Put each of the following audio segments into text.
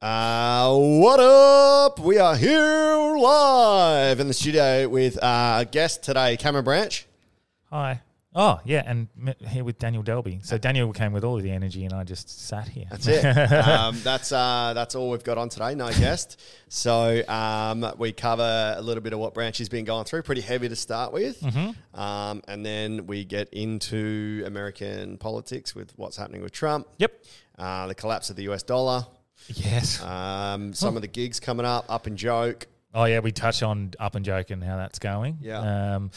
Uh, what up? We are here live in the studio with our guest today, Cameron Branch. Hi. Oh yeah, and m- here with Daniel Delby. So Daniel came with all of the energy, and I just sat here. That's it. um, that's uh, that's all we've got on today. No guest. So um, we cover a little bit of what Branch has been going through. Pretty heavy to start with, um, and then we get into American politics with what's happening with Trump. Yep. Uh, the collapse of the U.S. dollar. Yes. Um, some of the gigs coming up. Up and joke. oh yeah, we touch on up and joke and how that's going. Yeah. Um,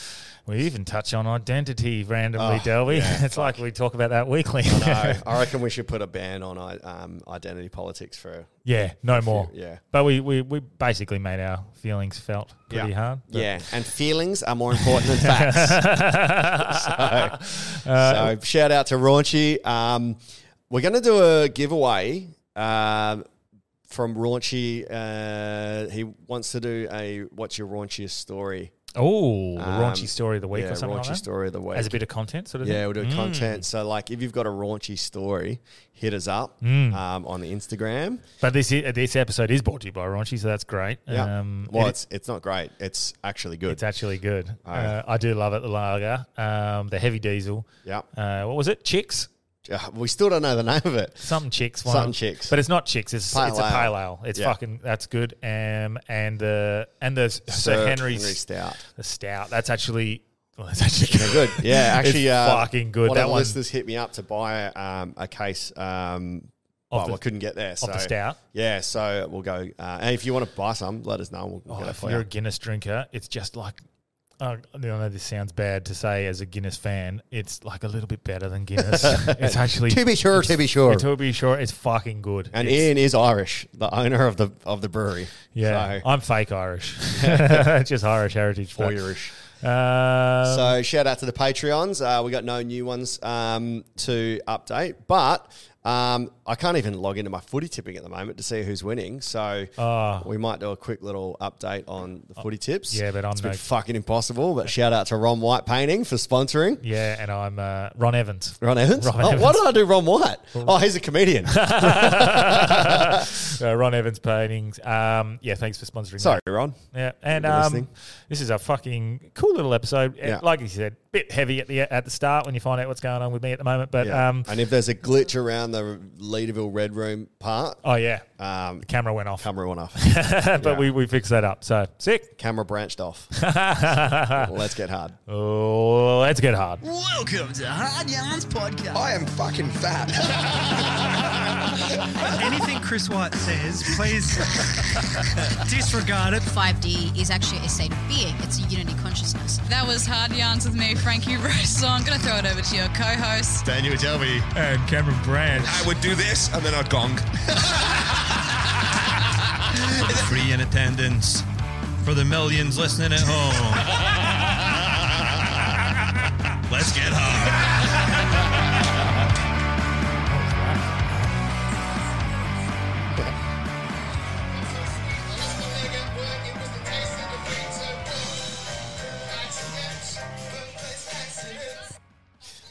we even touch on identity randomly, Delby. it's like we talk about that weekly. No, I reckon we should put a ban on i- um, identity politics for yeah. No more. yeah. But we, we we basically made our feelings felt pretty hard. but- Yeah, and feelings are more important than facts. so, Uh, so shout out to Raunchy. Um, we're going to do a giveaway um from Raunchy. Uh, he wants to do a "What's Your Raunchiest Story?" Oh, the Um, raunchy story of the week yeah, or something like raunchy that. story of the week. As a Mm. bit of content, sort of. yeah, thing? we'll do content. So, like, if you've got a raunchy story, hit us up Mm. um, on the Instagram. But this i- this episode is brought to you by Raunchy, so that's great. Um, Yeah. well, it- it's it's not great. It's actually good. It's actually good. Uh, I do love it. The lager, um, the heavy diesel. yeah. Uh, what was it? Chicks. Uh, we still don't know the name of it. Something chicks. One Something chicks. But it's not chicks. It's Pale it's a ale. pale ale. It's Yeah. fucking that's good. Um, and the and the Sir Sir Henry's Henry Stout. The stout. That's actually. Well, that's actually They're good. Yeah, actually, It's uh, fucking good. One That of the one- listeners hit me up to buy um, a case. Um, Of well, the- I couldn't get there. So the stout? Yeah, so we'll go. Uh, and if you want to buy some, let us know. and We'll Oh, get it if for you're a you. Guinness drinker, it's just like. Uh, I know this sounds bad to say as a Guinness fan. It's like a little bit better than Guinness. it's actually To be sure, to be sure. To be sure, it's fucking good. And It's- Ian is Irish, the owner of the of the brewery. Yeah, so, I'm fake Irish. Just Irish heritage. but- Irish. Um, So shout out to the Patreons. Uh, we got no new ones um, to update, but um, I can't even log into my footy tipping at the moment to see who's winning. So we might do a quick little update on the footy tips. Ah. Oh, yeah, but I'm it's been no- fucking impossible. But shout out to Ron White Painting for sponsoring. yeah, and I'm uh, Ron Evans. Ron Evans. Ron oh, Evans. Why did I do Ron White? Oh, he's a comedian. Uh, Ron Evans paintings. Um, yeah, thanks for sponsoring. Sorry, that. Ron. Yeah, and for um, listening. this is a fucking cool little episode. Uh, Yeah. Like you said, bit heavy at the at the start when you find out what's going on with me at the moment. But Yeah. um, and if there's a glitch around the Leaderville Red Room part, oh yeah, um, camera went off, camera went off. but we we fixed that up. So sick. camera branched off. Let's get hard. Oh, let's get hard. Welcome to Hard Yarns Podcast. I am fucking fat. Anything Chris White says, please disregard it. 5D is actually a state of being. It's a unity consciousness. That was Hard Yarns with me, Frankie Rose. So I'm going to throw it over to your co-host. Daniel Delby. And Cameron Branch. I would do this and then I'd gong. Free in attendance for the millions listening at home. Let's get hard.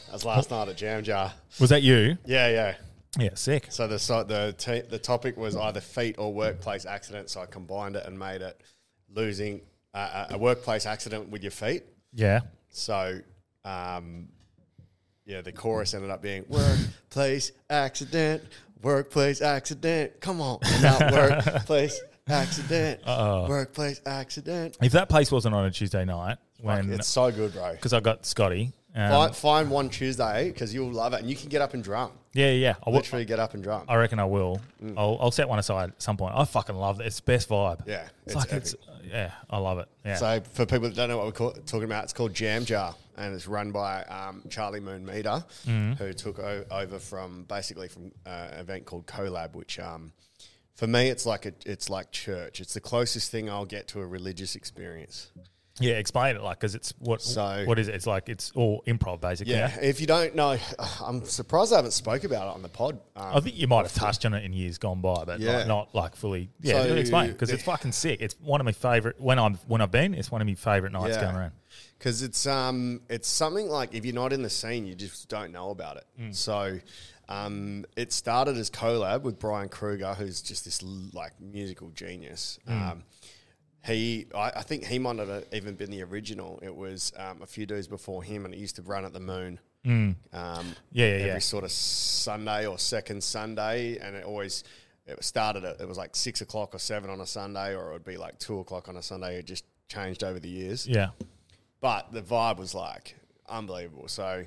That was last night at Jam Jar. Was that you? Yeah, yeah. Yeah, sick. So the so the t- the topic was either feet or workplace accidents. So I combined it and made it losing uh, a a workplace accident with your feet. Yeah. So, um, yeah, the chorus ended up being workplace accident, workplace accident. Come on, I'm not workplace accident, workplace accident. If that place wasn't on a Tuesday night, when It's so good, bro. because I got Scotty. Um, Find, find one Tuesday because you'll love it, and you can get up and drum. yeah, yeah. I, will, Literally, Mm. get up and drum. I reckon I will. I'll, I'll set one aside at some point. I fucking love it. It's best vibe. Yeah, it's it's, like it's yeah. I love it. Yeah. So for people that don't know what we're call, talking about, it's called Jam Jar, and it's run by um, Charlie Moon Meter, Mm-hmm. who took o- over from basically from uh, an event called CoLab, which um, for me, it's like a, it's like church. It's the closest thing I'll get to a religious experience. Yeah, explain it like because it's what So- what is it? It's like it's all improv basically. Yeah. Yeah. If you don't know, I'm surprised I haven't spoke about it on the pod. Um, I think you might have touched on it in years gone by, but Yeah. like, not like fully. Yeah, So- explain because it's fucking sick. It's one of my favorite when I'm when I've been. It's one of my favorite nights Yeah. going around. because it's um it's something like if you're not in the scene, you just don't know about it. Mm. So, um, it started as collab with Brian Kruger, who's just this l- like musical genius. Mm. Um, he, I, I think he might not have even been the original. It was um, a few days before him, and it used to run at the moon. Um, Mm. Yeah, yeah, every yeah. sort of Sunday or second Sunday, and it always it started at it was like six o'clock or seven on a Sunday, or it would be like two o'clock on a Sunday. It just changed over the years Yeah, but the vibe was like unbelievable. So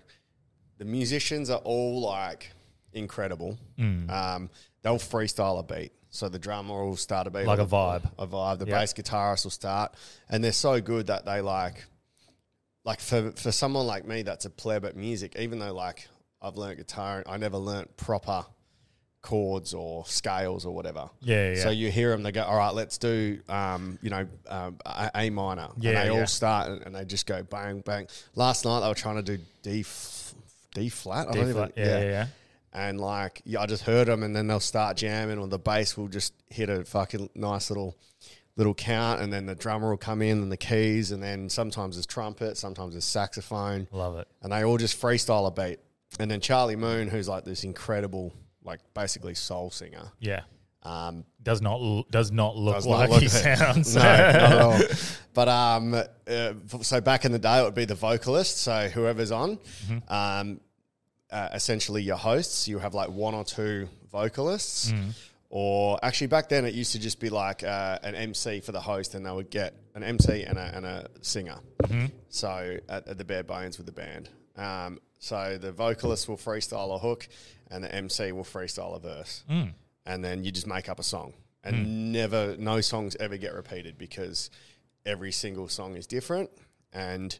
the musicians are all like incredible. Mm. Um, they'll freestyle a beat. So the drummer will start a beat, Like or a the- vibe. a vibe. The Yeah. bass guitarist will start, and they're so good that they like, like for for someone like me that's a pleb at music. Even though like I've learnt guitar, I never learnt proper chords or scales or whatever. Yeah, yeah. So you hear them, they go, "All right, let's do, um, you know, um, a, a minor." Yeah, and they yeah. all start and, and they just go bang bang. Last night they were trying to do D f- D flat. I D don't flat. even- Yeah, yeah, yeah. And like yeah, I just heard them, and then they'll start jamming, or the bass will just hit a fucking nice little little count, and then the drummer will come in, and the keys, and then sometimes there's trumpet, sometimes there's saxophone Love it. and they all just freestyle a beat. And then Charlie Moon, who's like this incredible, like basically soul singer, Yeah, um, does not l- does not look does like not look he sounds. no, not at all. But um, uh, f- so back in the day, it would be the vocalist. So whoever's on, um, uh, essentially your hosts. You have like one or two vocalists, or actually back then it used to just be like uh, an MC for the host, and they would get an MC and a, and a singer. So at, at the bare bones with the band. Um, so the vocalist will freestyle a hook, and the MC will freestyle a verse, and then you just make up a song. And never, no songs ever get repeated because every single song is different. And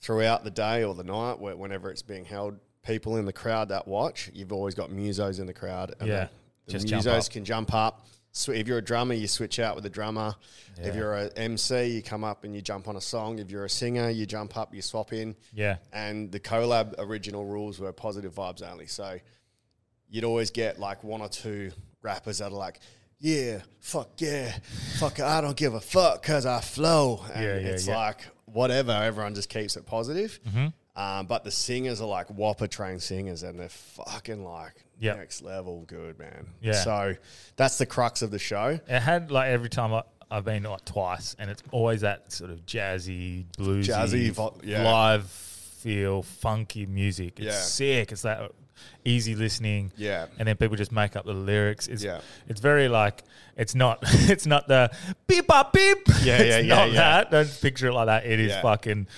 throughout the day or the night, wh- whenever it's being held, people in the crowd that watch, you've always got musos in the crowd. And Yeah, the, the just musos jump up. can jump up. So if you're a drummer, you switch out with the drummer. If you're a MC, you come up and you jump on a song. If you're a singer, you jump up, you swap in. Yeah. And the collab original rules were positive vibes only. So you'd always get like one or two rappers that are like, yeah, fuck yeah, fuck, I don't give a fuck because I flow. And Yeah, yeah, it's yeah. like, whatever, everyone just keeps it positive. Mm-hmm. Um, but the singers are like whopper trained singers and they're fucking like Yep. next level good, man. Yeah. So that's the crux of the show. It had like every time I, I've been like twice, and it's always that sort of jazzy, bluesy, Jazzy vo- yeah. live feel, funky music. It's Yeah. sick. It's that easy listening. Yeah. and then people just make up the lyrics. It's Yeah. it's very like it's not it's not the beep up beep. Yeah, it's yeah, yeah, Not yeah. that. Don't picture it like that. It is Yeah. fucking.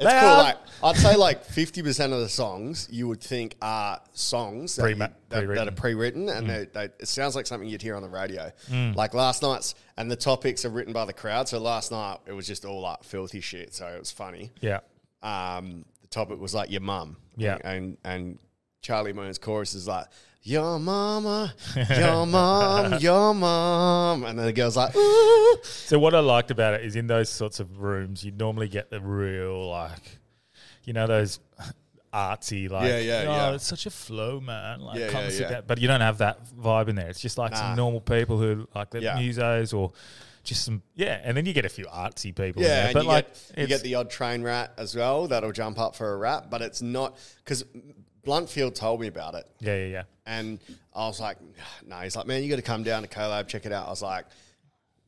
It's cool. loud. Like, I'd say like fifty percent of the songs you would think are songs that, you- Pre-ma- that, that are pre-written. pre-written, Mm. and they, they, it sounds like something you'd hear on the radio. Like last night's, and the topics are written by the crowd. So last night it was just all like filthy shit. So it was funny. yeah, Um, the topic was like your mum. Yeah. and and Charlie Moon's chorus is like. Your mama, your mom, your mom, and then the girl's like, "Ooh." So what I liked about it is in those sorts of rooms, you normally get the real like, you know, those artsy like, Yeah, yeah, oh, yeah. it's such a flow, man. Like, Yeah, come yeah, and sit yeah. down. But you don't have that vibe in there. It's just like Nah. some normal people who like the Yeah. musos or just some yeah. And then you get a few artsy people. Yeah, in there. and but you, like get, you it's- get the odd train rat as well that'll jump up for a rap, but it's not because Bluntfield told me about it, yeah, yeah, yeah. and I was like, "No." He's like, "Man, you got to come down to Colab, check it out." I was like,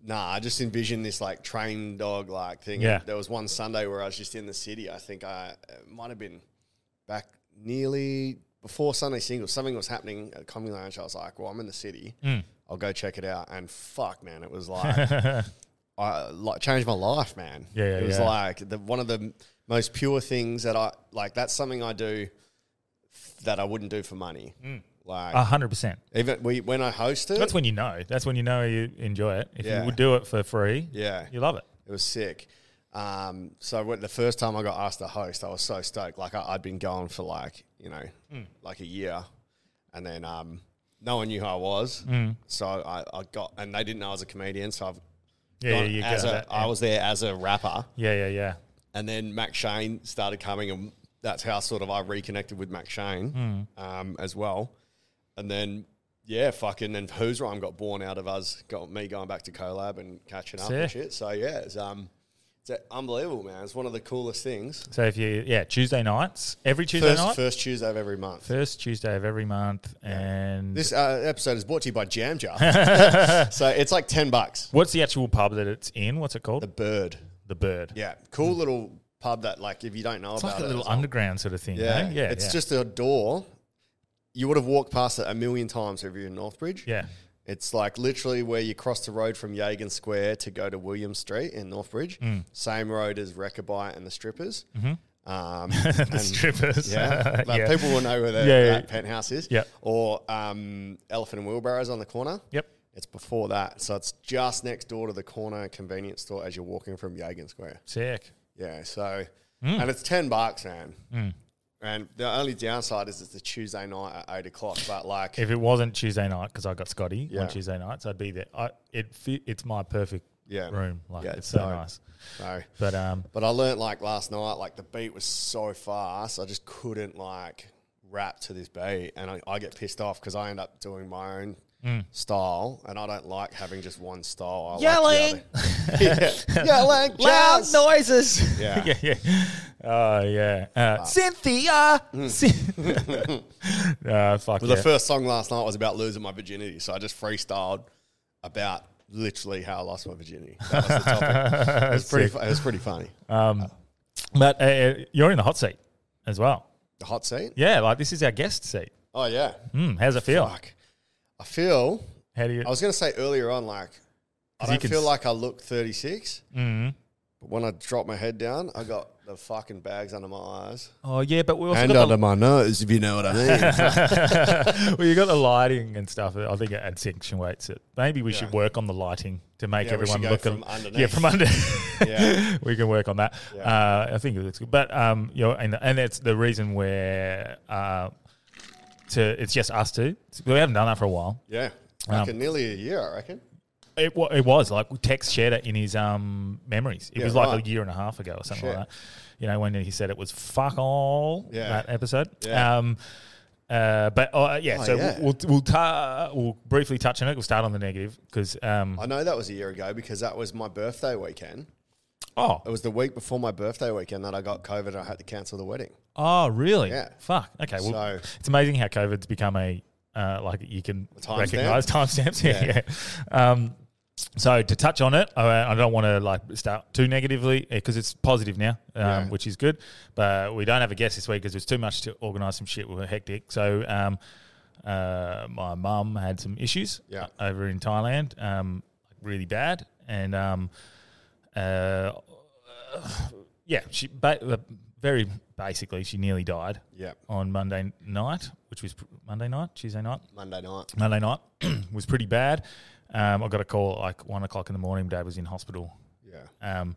"Nah, I just envisioned this like train dog like thing." Yeah. There was one Sunday where I was just in the city. I think I it might have been back nearly before Sunday Singles. Something was happening at Comedy Lounge. I was like, "Well, I'm in the city. Mm. I'll go check it out." And fuck, man, it was like. I like changed my life, man. Yeah, yeah, it was yeah. like the, one of the m- most pure things that I like. That's something I do that I wouldn't do for money. Mm. Like A hundred percent. even we, when I hosted, That's when you know. That's when you know you enjoy it. If Yeah. you would do it for free, Yeah. you love it. it was sick. Um, so when, the first time I got asked to host, I was so Hmm. stoked. Like I, I'd been going for like you know like a year, and then um, no one knew who I was, Hmm. so I, I got and they didn't know I was a comedian. So I've Yeah, yeah, gone you as go a, that, I yeah. was there as a rapper, Yeah, yeah, yeah. and then Mac Shane started coming, and that's how sort of I reconnected with Mac Shane Hmm. um, as well. And then yeah, fucking then Who's Rhyme got born out of us, got me going back to collab and catching up and Sick. shit. So yeah, it's um, it's unbelievable, man. It's one of the coolest things. So if you, yeah, Tuesday nights, every Tuesday first, night, first, first Tuesday of every month. Tuesday of every month, and This uh, episode is brought to you by Jam Jar. so it's like 10 bucks. what's the actual pub that it's in? What's it called? The The, Bird. Bird. Yeah. Cool little pub that, like, if you don't know it's about like a it. little it's like- underground sort of thing. yeah. eh? yeah. It's yeah. just a door. You would have walked past it a million times if you're in Northbridge. yeah, It's like literally where you cross the road from Yagan Square to go to William Street in Northbridge. Mm. Same road as Rekabite and the strippers. Mm-hmm. Um, the strippers. Yeah, but yeah. people will know where the, Yeah, yeah. that penthouse is. Yeah. Or um, Elephant and Wheelbarrows on the corner. Yep. It's before that. So it's just next door to the corner convenience store as you're walking from Yagan Square. Sick. Yeah. So, Mm. and it's 10 bucks, man. And the only downside is it's a Tuesday night at 8 o'clock. But like, If it wasn't Tuesday night, because I got Scotty Yeah. on Tuesday nights, I'd be there. I, it fit, it's my perfect Yeah. room. Like Yeah, it's so so- nice. no. But um, But I learnt like last night, like the beat was so fast, I just couldn't like rap to this beat, and I, I get pissed off because I end up doing my own Mm. style, and I don't like having just one style. I Yelling. like the other. yeah. yelling, jazz. noises. Yeah. yeah, yeah. Oh yeah, uh, Cynthia. Cyn- uh, fuck Hmm. Well, yeah. the first song last night was about losing my virginity, so I just freestyled about literally how I lost my virginity. That was the topic. it was pretty. Fu- it was pretty funny. but uh, you're in the hot seat as well. the hot seat. Yeah, like this is our guest seat. Oh yeah. Hmm, how's it feel? Fuck. I feel How do you? I was going to say earlier on, like, I 'Cause you don't can feel s- like I look 36. But when I drop my head down, I got the fucking bags under my eyes. oh yeah, but we also got the, my nose, if you know what I mean. well, you got the lighting and stuff. I think it accentuates it. Maybe we should work on the lighting to make Yeah, we should everyone go look from a- underneath. Yeah, from under. Yeah. we can work on that. Uh, I think it looks good, but um, you know, and and it's the reason where uh, to it's just us two. We haven't done that for a while. yeah. Like nearly a year, I reckon. It, wa- it was like Tex shared it in his um memories. It Yeah, was like right. a year and a half ago or something Shit. like that. You know when he said it was fuck all Yeah. that episode. Yeah. Um, uh, but uh, yeah, Oh, so yeah. we'll we'll we'll, ta- we'll briefly touch on it. We'll start on the negative because um I know that was a year ago because that was my birthday weekend. oh It was the week before my birthday weekend that I got COVID and I had to cancel the wedding. oh really Yeah. fuck okay well So- it's amazing how COVID's become a uh, like you can timestamp? recognize timestamps yeah, Yeah. yeah. Um, so to touch on it, I, I don't want to like start too negatively because it's positive now, um, which is good. But we don't have a guest this week because it's too much to organise some shit. We were hectic. So um, uh, my mum had some issues Yeah. over in Thailand, um, really bad, and um, uh, yeah, she ba- uh, very basically she nearly died. Yeah. on Monday night, which was pr- Monday night, Tuesday night. Monday night. Monday night was pretty bad. Um, I got a call at like one o'clock in the morning. Dad was in hospital, Yeah. um,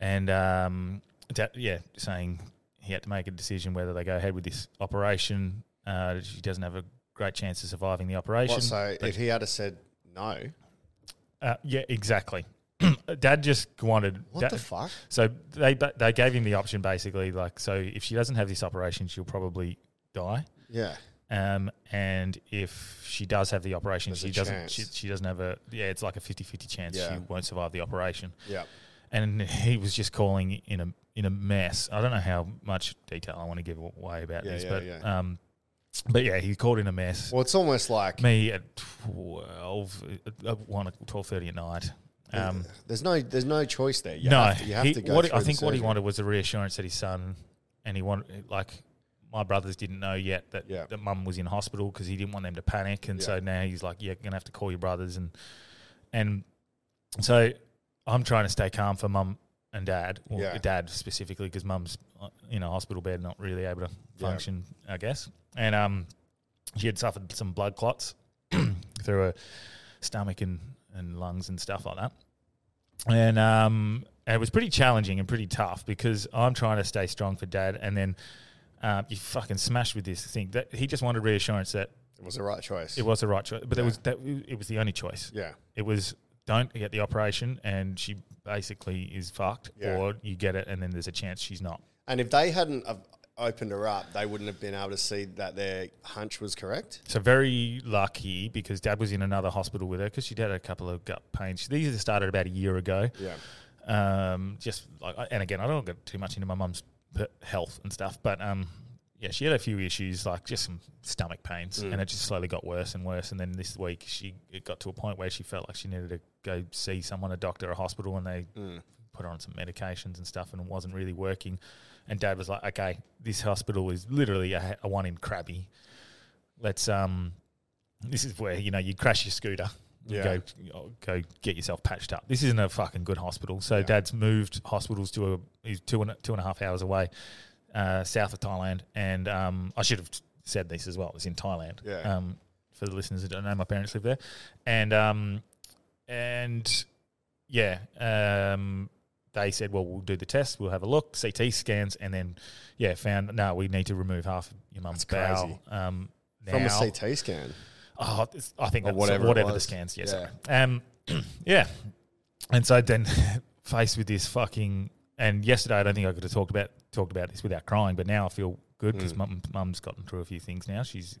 and um, da- yeah, saying he had to make a decision whether they go ahead with this operation. Uh, she doesn't have a great chance of surviving the operation. What, so if he had have said no, Uh, yeah, exactly. Dad just wanted. what Dad- the fuck? So they ba- they gave him the option basically, like, so if she doesn't have this operation, she'll probably die. Yeah. Um, and if she does have the operation, There's she a doesn't. chance. She, she doesn't have a. Yeah, it's like a 50-50 chance Yeah. she won't survive the operation. Yeah. And he was just calling in a in a mess. I don't know how much detail I want to give away about Yeah, this, yeah, but yeah. um, but yeah, he called in a mess. Well, it's almost like Me at twelve, uh, one twelve thirty at night. Um, there's no there's no choice there. You no, have to, you have he- to go. what he- through I the think what he surgery. wanted was a reassurance that his son and he wanted like my brothers didn't know yet that Yeah. that mum was in hospital because he didn't want them to panic, and so Yeah. now he's like, yeah, gonna have to call your brothers and and so I'm trying to stay calm for mum and dad, or Yeah. dad specifically because mum's uh, in a hospital bed, not really able to Yeah. function, I guess, and um, she had suffered some blood clots through her stomach and, and lungs and stuff like that. And um, and it was pretty challenging and pretty tough because I'm trying to uh, stay strong for dad, and then um, you fucking smashed with this thing that he just wanted reassurance that It was the right choice. It was the right choice, but it was that, it was the only choice. Yeah. it was don't get the operation, and she basically is fucked, Yeah. or you get it, and then there's a chance she's not. And if they hadn't have opened her up, they wouldn't have been able to see that their hunch was correct. So very lucky because dad was in another hospital with her because she'd had a couple of gut pains. These started about a year ago. Yeah. Um, just like, and again, I don't get too much into my mum's p- health and stuff, but um, yeah, she had a few issues, like just some stomach pains, and it just slowly got worse and worse. And then this week, she it got to a point where she felt like she needed to go see someone, a doctor, a hospital, and they put her on some medications and stuff, and it wasn't really working. And dad was like, "Okay, this hospital is literally a, a one in Crabby. Let's um, this is where you know you crash your scooter." You Yeah. go go go get yourself patched up. This isn't a fucking good hospital. So dad's moved hospitals to a he's two and two and a half hours away, uh, south of Thailand. And um, I should have said this as well. It's in Thailand. Yeah. Um, for the listeners that don't know, my parents live there, and um, and yeah, um, they said, well, we'll do the test, we'll have a look, CT scans, and then yeah, found no, we need to remove half your mum's That's bowel. Um, now, From a CT scan. Oh, it's- I Or think that's whatever whatever, it whatever the was. scans. Yeah, Yeah. sorry. Um, yeah. And so then faced with this fucking and yesterday I don't think I could have talked about talked about this without crying, but now I feel good Hmm. because mum, mum's gotten through a few things now. She's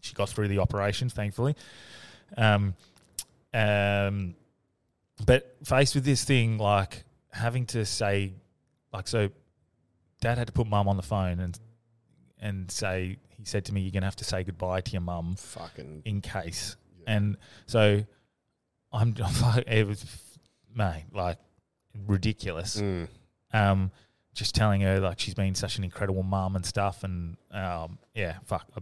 she got through the operations, thankfully. Um, um, but faced with this thing, like having to say, like, so dad had to put mum on the phone and and say, he said to me, you're going to have to say goodbye to your mum Fucking. in case. And so I'm, it was, mate, like ridiculous. Mm. Um, just telling her like she's been such an incredible mum and stuff, and um, yeah, fuck, I,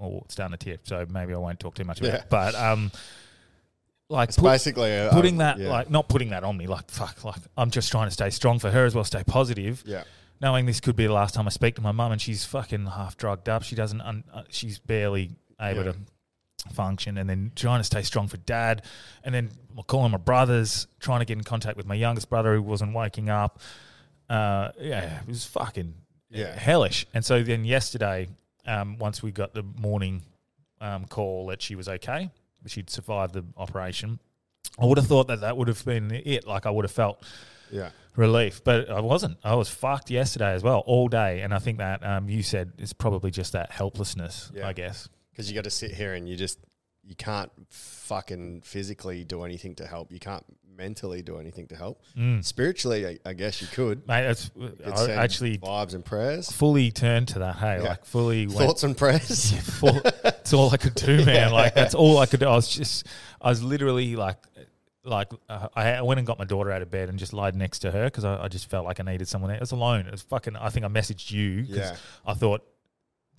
oh, it's down to tear. So maybe I won't talk too much about Yeah. it. But um, like It's put- basically a, putting um, that yeah. like not putting that on me, like fuck, like I'm just trying to stay strong for her as well, stay positive Yeah. knowing this could be the last time I speak to my mum, and she's fucking half drugged up. She doesn't, un, uh, she's barely able Yeah. to function, and then trying to stay strong for dad, and then calling my brothers, trying to get in contact with my youngest brother who wasn't waking up. Uh, yeah, it was fucking Yeah. hellish. And so then yesterday, um, once we got the morning um, call that she was okay, she'd survived the operation. I would have thought that that would have been it. Like I would have felt Yeah. relief, but I wasn't. I was fucked yesterday as well, all day. And I think that um, you said it's probably just that helplessness, Yeah. I guess. Because you got to sit here and you just you can't fucking physically do anything to help. You can't mentally do anything to help. Spiritually, I, I guess you could. Mate, that's, You could Mm. I send actually vibes and prayers, fully turned to that. Hey, Yeah. like fully went. thoughts and prayers. Full, it's all I could do, man. Like that's all I could do. I was just, I was literally like, like uh, I I went and got my daughter out of bed and just lied next to her because I, I just felt like I needed someone. It was alone. It was fucking. I think I messaged you because Yeah. I thought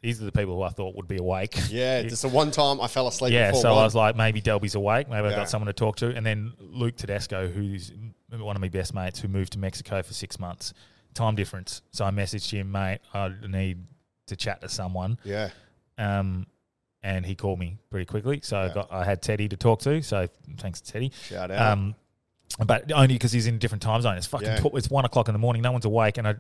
these are the people who I thought would be awake. yeah, just the one time I fell asleep. Yeah, before so one. I was like, maybe Delby's awake. Maybe I've Yeah. got someone to talk to. And then Luke Tedesco, who's m- one of my best mates who moved to Mexico for six months, time difference. So I messaged him, mate, I need to chat to someone. yeah, Um, and he called me pretty quickly. So I, got, I had Teddy to talk to. So thanks, Teddy. shout out. Um, but only because he's in a different time zone. It's fucking Yeah. tw- it's one o'clock in the morning. No one's awake, and I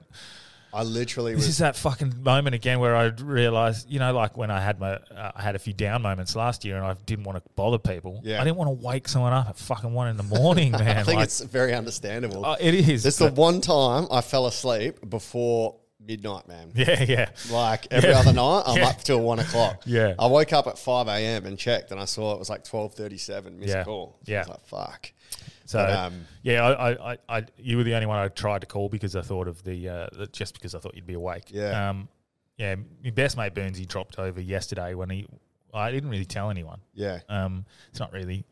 I literally this was is that fucking moment again where I realized, you know, like when I had my, uh, I had a few down moments last year, and I didn't want to bother people. Yeah. I didn't want to wake someone up at fucking one in the morning, man. I think like, it's very understandable. uh, it is. it's the but- one time I fell asleep before midnight, man. yeah, yeah, Like every Yeah. other night, I'm Yeah. up till one o'clock. Yeah. I woke up at five a.m. and checked, and I saw it was like twelve thirty-seven. Missed Yeah. call. I Yeah. was like fuck. So But, um, yeah, I, I, I, I, you were the only one I tried to call because I thought of the, uh, the- just because I thought you'd be awake. Yeah. Um, yeah. My best mate Burnsy dropped over yesterday when he, I didn't really tell anyone. Yeah. Um, it's not really.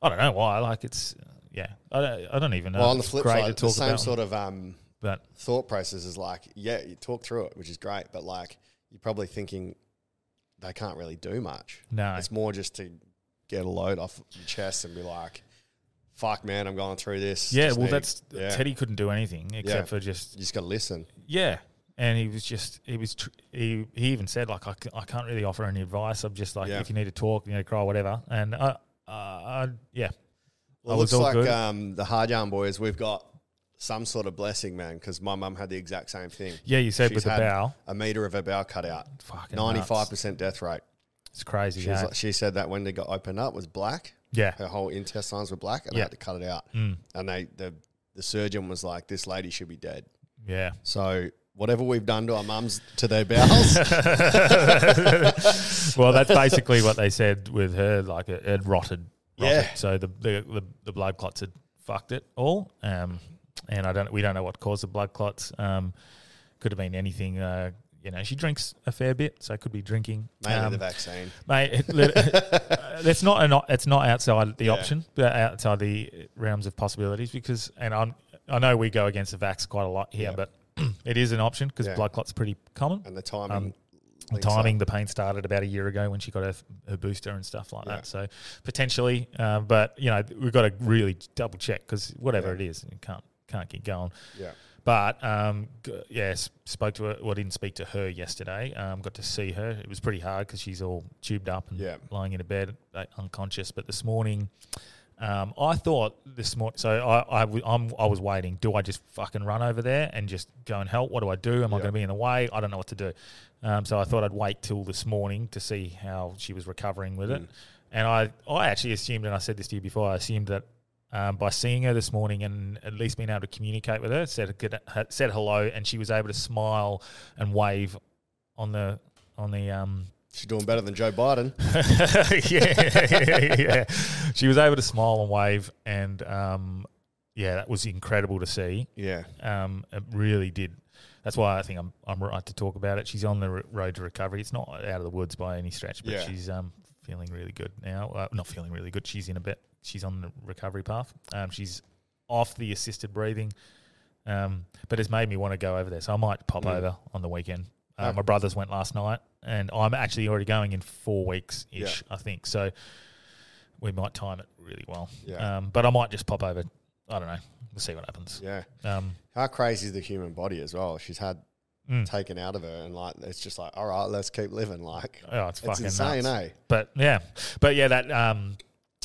I don't know why. Like it's. Yeah, I don't, I don't even know. well, on the if it's flip great side, to talk the same about, sort of um, but thought process is like, yeah, you talk through it, which is great, but like you're probably thinking they can't really do much. No. it's more just to get a load off your chest and be like, "Fuck, man, I'm going through this." Yeah, Just well, need- that's yeah. Teddy couldn't do anything except Yeah. for You just just got to listen. yeah, and he was just he was tr- he he even said like I, c- I can't really offer any advice. I'm just like Yeah. if you need to talk, you need to cry, whatever. And I, uh, I yeah, Well, I it looks was all like good. um, the hard yarn boys. We've got some sort of blessing, man, because my mum had the exact same thing. Yeah, you said She's with the had bow. a meter of her bow cut out. Fucking Ninety-five percent death rate. It's crazy. She, was eh? like- she said that when they got opened up was black. Yeah. Her whole intestines were black and they Yeah. Hmm. had to cut it out. And they the, the surgeon was like, This lady should be dead. yeah. So whatever we've done to our mums to their bowels, Well, that's basically what they said with her. Like it, it rotted. rotted. Yeah. So the, the the the blood clots had fucked it all. Um, and I don't we don't know what caused the blood clots. Um, could have been anything. Uh, you know, she drinks a fair bit, so it could be drinking. mainly Um, the vaccine. mate. It, let- uh, it's not an, o- it's not outside the option, but outside the realms of possibilities. Because and I'm I know we go against the vax quite a lot here, but it is an option because Yeah. blood clots pretty common. And the timing. um, the links up. timing, the pain started about a year ago when she got her, her booster and stuff like Yeah. that. So potentially, um, but you know we've got to really double check because whatever it is, you can't can't keep going. Yeah. But um, g- yeah, s- spoke to her. Well, didn't speak to her yesterday. Um, got to see her. It was pretty hard because she's all tubed up and Yeah. lying in a bed, like, unconscious. But this morning, um, I thought this morning. So I, I, w- I'm, I was waiting. Do I just fucking run over there and just go and help? What do I do? Am I Yeah. going to be in the way? I don't know what to do. Um, so I thought I'd wait till this morning to see how she was recovering with it. And I, I actually assumed, and I said this to you before, I assumed that um, by seeing her this morning and at least being able to communicate with her, said good, said hello, and she was able to smile and wave on the on the um, She's doing better than Joe Biden. yeah, yeah. She was able to smile and wave, and um, yeah, that was incredible to see. Yeah. Um, it really did. That's why I think I'm I'm right to talk about it. She's on the r- road to recovery. It's not out of the woods by any stretch, but Yeah. she's um feeling really good now. Uh, not feeling really good. She's in a bit. She's on the recovery path. Um, she's off the assisted breathing. Um, but it's made me want to go over there, so I might pop Mm. over on the weekend. Uh, Okay. My brothers went last night, and I'm actually already going in four weeks ish, I think. So we might time it really well. Yeah. Um, but I might just pop over. I don't know. We'll see what happens. Yeah. Um, How crazy is the human body as well? She's had Mm. taken out of her, and like it's just like, all right, let's keep living. Like Oh, it's fucking insane, nuts. eh? But yeah, but yeah, that um,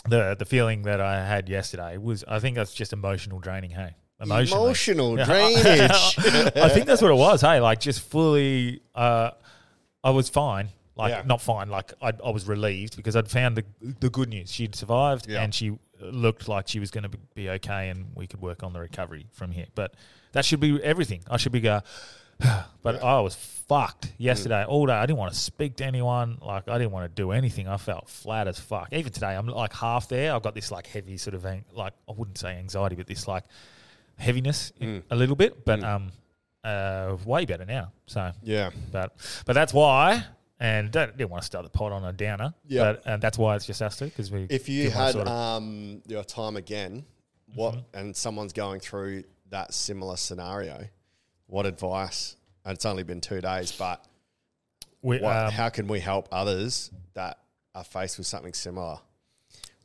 the the feeling that I had yesterday was I think that's just emotional draining. Hey, emotional, Emotional Yeah. drainage. I think that's what it was. Hey, like just fully. Uh, I was fine. Like Yeah. not fine. Like I, I was relieved because I'd found the the good news. She'd survived Yeah. and she looked like she was going to be okay, and we could work on the recovery from here. But that should be everything. I should be uh, go. But I was fucked Mm. yesterday all day. I didn't want to speak to anyone. Like I didn't want to do anything. I felt flat as fuck. Even today, I'm like half there. I've got this like heavy sort of ang- like I wouldn't say anxiety, but this like heaviness Mm. a little bit. But um, uh, way better now. So yeah. but but that's why. And don't, didn't want to start the pod on a downer. Yeah. But, and that's why it's just us two because we. If you didn't wanna had sort of- Mm-hmm. um, your time again, what and someone's going through that similar scenario, what advice? And it's only been two days, but we, what, um, how can we help others that are faced with something similar?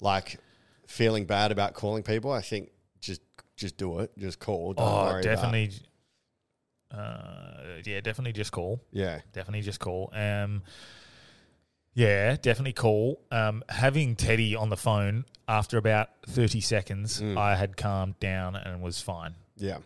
Like feeling bad about calling people, I think just just do it. Just call. Don't worry oh, about- definitely. Uh, yeah, definitely just call. yeah. Definitely just call. Um, yeah, definitely call. Um, having Teddy on the phone after about thirty seconds, I had calmed down and was fine. Yeah.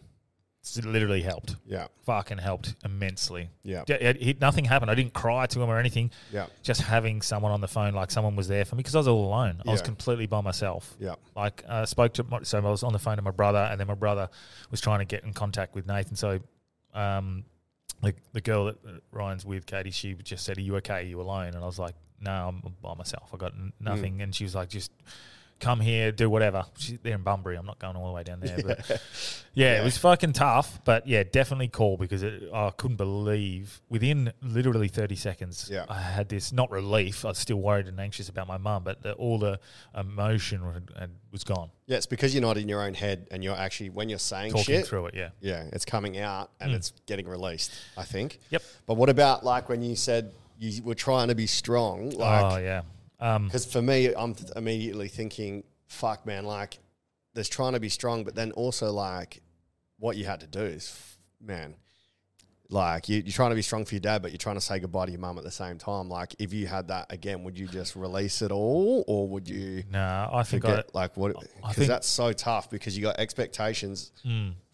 It literally helped. Yeah. Fucking helped immensely. Yeah. D- it- it- nothing happened. I didn't cry to him or anything. Yeah. Just having someone on the phone, like someone was there for me, because I was all alone. I was Yeah. completely by myself. Yeah. Like I spoke to my, so I was on the phone to my brother, and then my brother was trying to get in contact with Nathan. So, um, the the girl that uh, Ryan's with, Katie, she just said, "Are you okay? Are you alone?" And I was like, "No, I'm by myself. I got Mm. n- nothing." And she was like, "Just." Come here, do whatever. She, they're in Bunbury. I'm not going all the way down there, but yeah, it was fucking tough, but yeah, definitely call because it, I couldn't believe within literally 30 seconds, Yeah. I had this not relief. I was still worried and anxious about my mum, but the, all the emotion had, had, was gone. Yeah, it's because you're not in your own head and you're actually when you're saying Talking shit. through it, yeah. Yeah, it's coming out and it's getting released, I think. Yep. But what about like when you said you were trying to be strong? oh, Like, yeah. because for me, I'm th- immediately thinking, fuck, man, like there's trying to be strong, but then also like what you had to do is, f- man, like you, you're trying to be strong for your dad, but you're trying to say goodbye to your mum at the same time. Like if you had that again, would you just release it all or would you? No, I think I, forget like what I because think- Hmm. that's so tough because you got expectations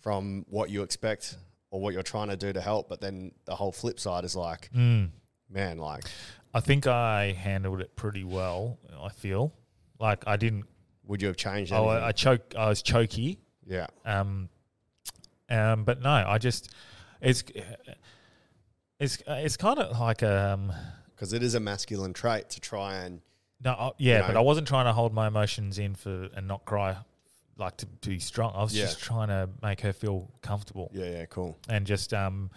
from what you expect Hmm. or what you're trying to do to help but then the whole flip side is like man like I think I handled it pretty well. I feel like I didn't. Would you have changed Oh, anything? I, I choke. I was choky. yeah. Um, um, but no, I just it's it's it's kind of like um. Because it is a masculine trait to try and. No, I, yeah, know. but I wasn't trying to hold my emotions in for and not cry, like to, to be strong. I was Yeah. just trying to make her feel comfortable Yeah, yeah, cool. and just um,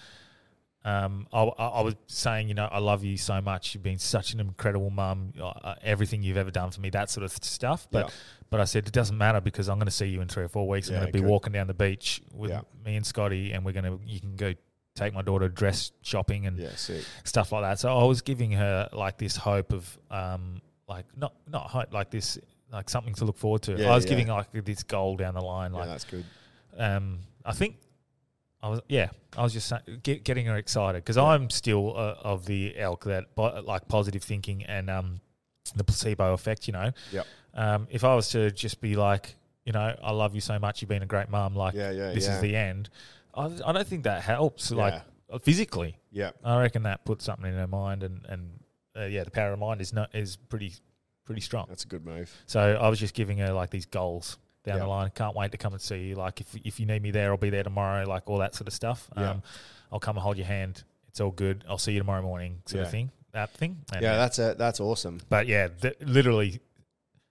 um, I, I I was saying, you know, I love you so much. You've been such an incredible mum. uh, uh, Everything you've ever done for me, that sort of stuff. But Yeah. but I said it doesn't matter because I'm going to see you in three or four weeks. I'm Yeah, going to be good. walking down the beach with Yeah. me and Scotty, and we're going to you can go take my daughter dress shopping and Yeah, sick. stuff like that. So I was giving her like this hope of um like not not hope like this like something to look forward to. Yeah, I was yeah. giving like this goal down the line. Yeah, Like that's good. um I think I was yeah I was just sa- get, getting her excited because I'm still uh, of the elk that po- like positive thinking and um the placebo effect. You know. Yep. Um, if I was to just be like you know I love you so much you've been a great mum like Yeah, yeah, this yeah. is the end. I, I don't think that helps like uh, physically. Yeah. I reckon that puts something in her mind, and and uh, yeah, the power of mind is not is pretty pretty strong. That's a good move. So I was just giving her like these goals down Yeah. the line. Can't wait to come and see you. Like if if you need me there, I'll be there tomorrow. Like all that sort of stuff. Yeah. Um, I'll come and hold your hand. It's all good. I'll see you tomorrow morning. Sort Yeah. of thing. That thing. And, Yeah, that's a, that's awesome. But yeah, th- literally.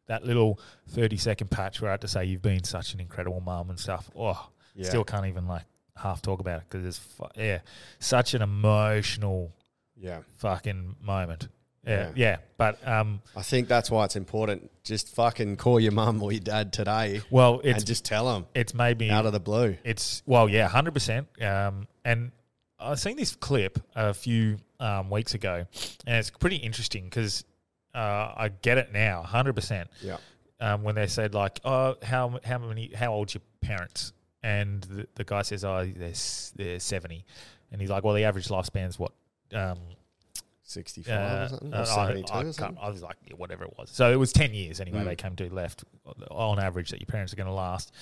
That little thirty second patch where I had to say you've been such an incredible mum and stuff. Oh, Yeah. still can't even like half talk about it because it's fu- yeah, such an emotional Yeah. fucking moment. Yeah. Yeah, yeah. But um, I think that's why it's important. Just fucking call your mum or your dad today well, it's and just tell them it's made me out of the blue. it's well, yeah, hundred percent. Um, and I seen this clip a few um, weeks ago, and it's pretty interesting because uh, I get it now, hundred percent. Yeah. um, when they said like, "Oh, how how many how old's your parents?" and the, the guy says, "Oh, they're s- they're 70. and he's like, "Well, the average lifespan's what." Um, 65 uh, or something? Or uh, I, 72 I or can't- something? I was like, yeah, whatever it was. So it was ten years anyway. Mm. They came to left on average that your parents are going to last.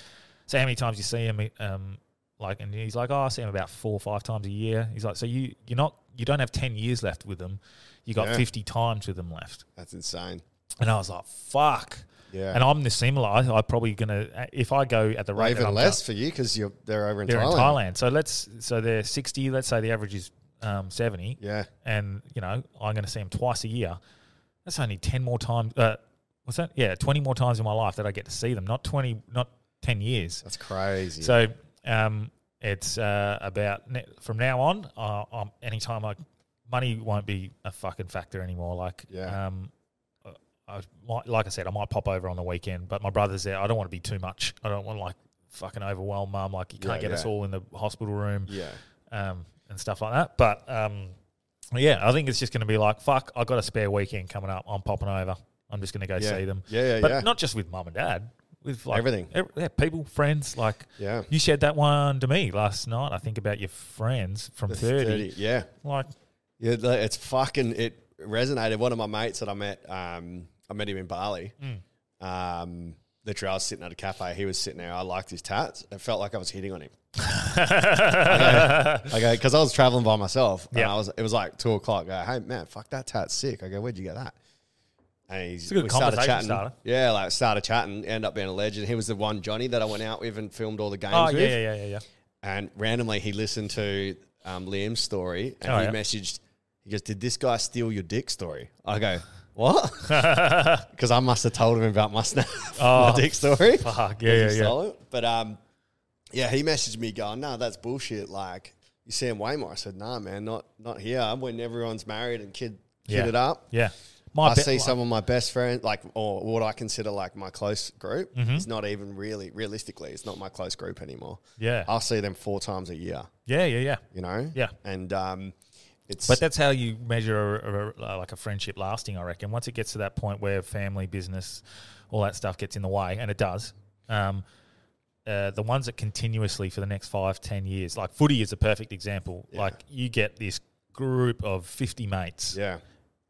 So how many times you see him? Um, like, and he's like, oh, I see him about four or five times a year. He's like, so you you're not you don't have ten years left with them. You got Yeah. fifty times with them left. That's insane. And I was like, fuck. Yeah. And I'm the similar. I, I'm probably gonna if I go at the Or rate that even I'm less for go- you because you're they're over in they're Thailand. in Thailand. So let's so they're sixty. Let's say the average is um, seventy Yeah. and you know I'm going to see him twice a year. That's only ten more times. Uh, what's that? Yeah, twenty more times in my life that I get to see them. Not twenty, not ten years. That's crazy. So um, it's uh, about ne- from now on. Uh, I'm, anytime I money won't be a fucking factor anymore. Like Yeah. um, I- I might, like I said, I might pop over on the weekend, but my brother's there. I don't want to be too much. I don't want to like fucking overwhelm mum. Like you can't Yeah, get us yeah. all in the hospital room yeah. um, and stuff like that. But um, yeah, I think it's just going to be like, fuck, I got a spare weekend coming up. I'm popping over. I'm just going to go Yeah. see them. Yeah, yeah, but yeah. not just with mum and dad, with like Everything. ev- yeah, people, friends. Like, Yeah. you shared that one to me last night. I think about your friends from The 30. 30 yeah. Like, Yeah, the- it's fucking. It resonated. One of my mates that I met, um, I met him in Bali. Hmm. Um, literally, I was sitting at a cafe. He was sitting there. I liked his tats. It felt like I was hitting on him. okay, because I was traveling by myself. and Yeah. I was. It was like two o'clock. I go, hey man, fuck that tat's sick. I go, where'd you get that? And he's, a good we started conversation chatting. starter. Yeah, like started chatting. Ended up being a legend. He was the one Johnny that I went out with and filmed all the games oh, with yeah, yeah, yeah, yeah, yeah. and randomly he listened to um, Liam's story and Oh, he yeah. messaged. He goes, "Did this guy steal your dick story?" I go, "What?" Because I must have told him about my snap, my Oh, dick story. fuck, He yeah, yeah, yeah. stole it. But um, yeah, he messaged me going, "No, that's bullshit." Like you see him way more. I said, "Nah, man, not not here. When everyone's married and kid kid Yeah. it up, Yeah. I, My be- see some of my best friends, like, or what I consider like my close group. Mm-hmm. It's not even really, realistically, it's not my close group anymore. Yeah. I'll see them four times a year, Yeah, yeah, yeah. you know? Yeah. And um, it's, But that's how you measure a, a- a- like a friendship lasting, I reckon. Once it gets to that point where family, business, all that stuff gets in the way, and it does. Um, uh, the ones that continuously for the next five, ten years, like footy is a perfect example. Like you get this group of fifty mates yeah,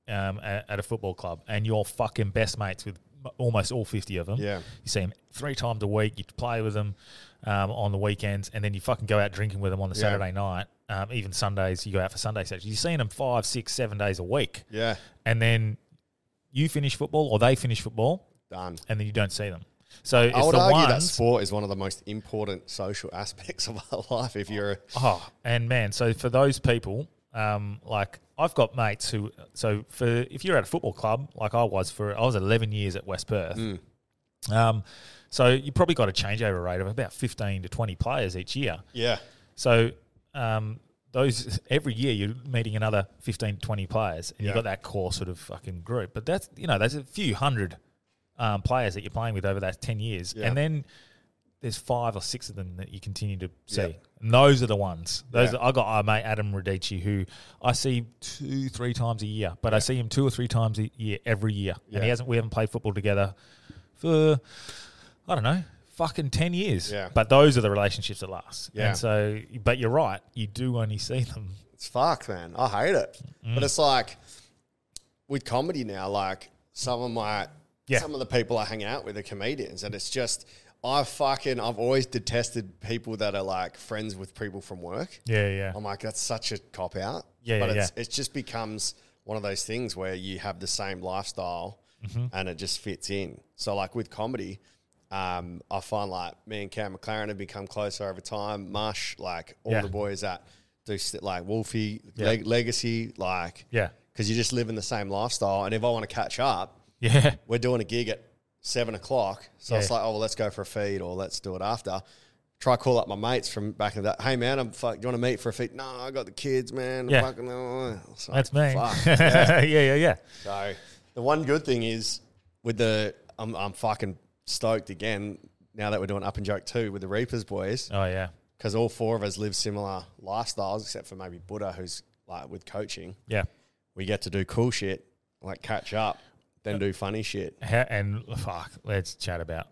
um, at, at a football club, and you're fucking best mates with m- almost all 50 of them. Yeah. You see them three times a week, you play with them um, on the weekends, and then you fucking go out drinking with them on the Yeah. Saturday night. um, even Sundays, you go out for Sunday sessions. You're seeing them five, six, seven days a week. Yeah. And then you finish football or they finish football Done. and then you don't see them. So it's I would the argue that ones, sport is one of the most important social aspects of our life. If you're, Oh, and man, so for those people, um, like I've got mates who, so for if you're at a football club, like I was for, I was 11 years at West Perth. Um, so you probably got a changeover rate of about 15 to 20 players each year. yeah, So um, those every year you're meeting another 15, 20 players, and Yeah. you've got that core sort of fucking group. But that's you know there's a few hundred um, players that you're playing with over that ten years, Yeah. and then there's five or six of them that you continue to see. Yeah. And those are the ones. Those Yeah. I got our mate Adam Radici, who I see two, three times a year, but I see him two or three times a year every year, Yeah. and he hasn't. We haven't played football together for I don't know, fucking ten years. Yeah. But those are the relationships that last. Yeah. And so, but you're right. You do only see them. it's fucked, man. I hate it, Mm. but it's like with comedy now. Like some of my, Yeah. some of the people I hang out with are comedians, and it's just I fucking I've always detested people that are like friends with people from work. Yeah, yeah. I'm like, that's such a cop out. Yeah, but yeah, it's, it just becomes one of those things where you have the same lifestyle Mm-hmm. and it just fits in. So, like with comedy, um, I find like me and Cam McLaren have become closer over time. Mush, like all Yeah. the boys that do st- like Wolfie, Leg- Legacy, like Yeah. because you just live in the same lifestyle. And if I want to catch up, Yeah. we're doing a gig at seven o'clock. So it's Yeah. like, oh, well, let's go for a feed or let's do it after. Try call up my mates from back in the day. Hey man, I'm fuck. Do you want to meet for a feed? No, I got the kids, man. Yeah. Fucking, oh. It's like, That's me. fuck. yeah. yeah, yeah, so the one good thing is with the I'm, I'm fucking stoked again now that we're doing up and joke two with the Reapers boys Oh yeah. because all four of us live similar lifestyles except for maybe Buddha who's like with coaching. Yeah. We get to do cool shit like catch up, then do funny shit. Ha- and fuck, let's chat about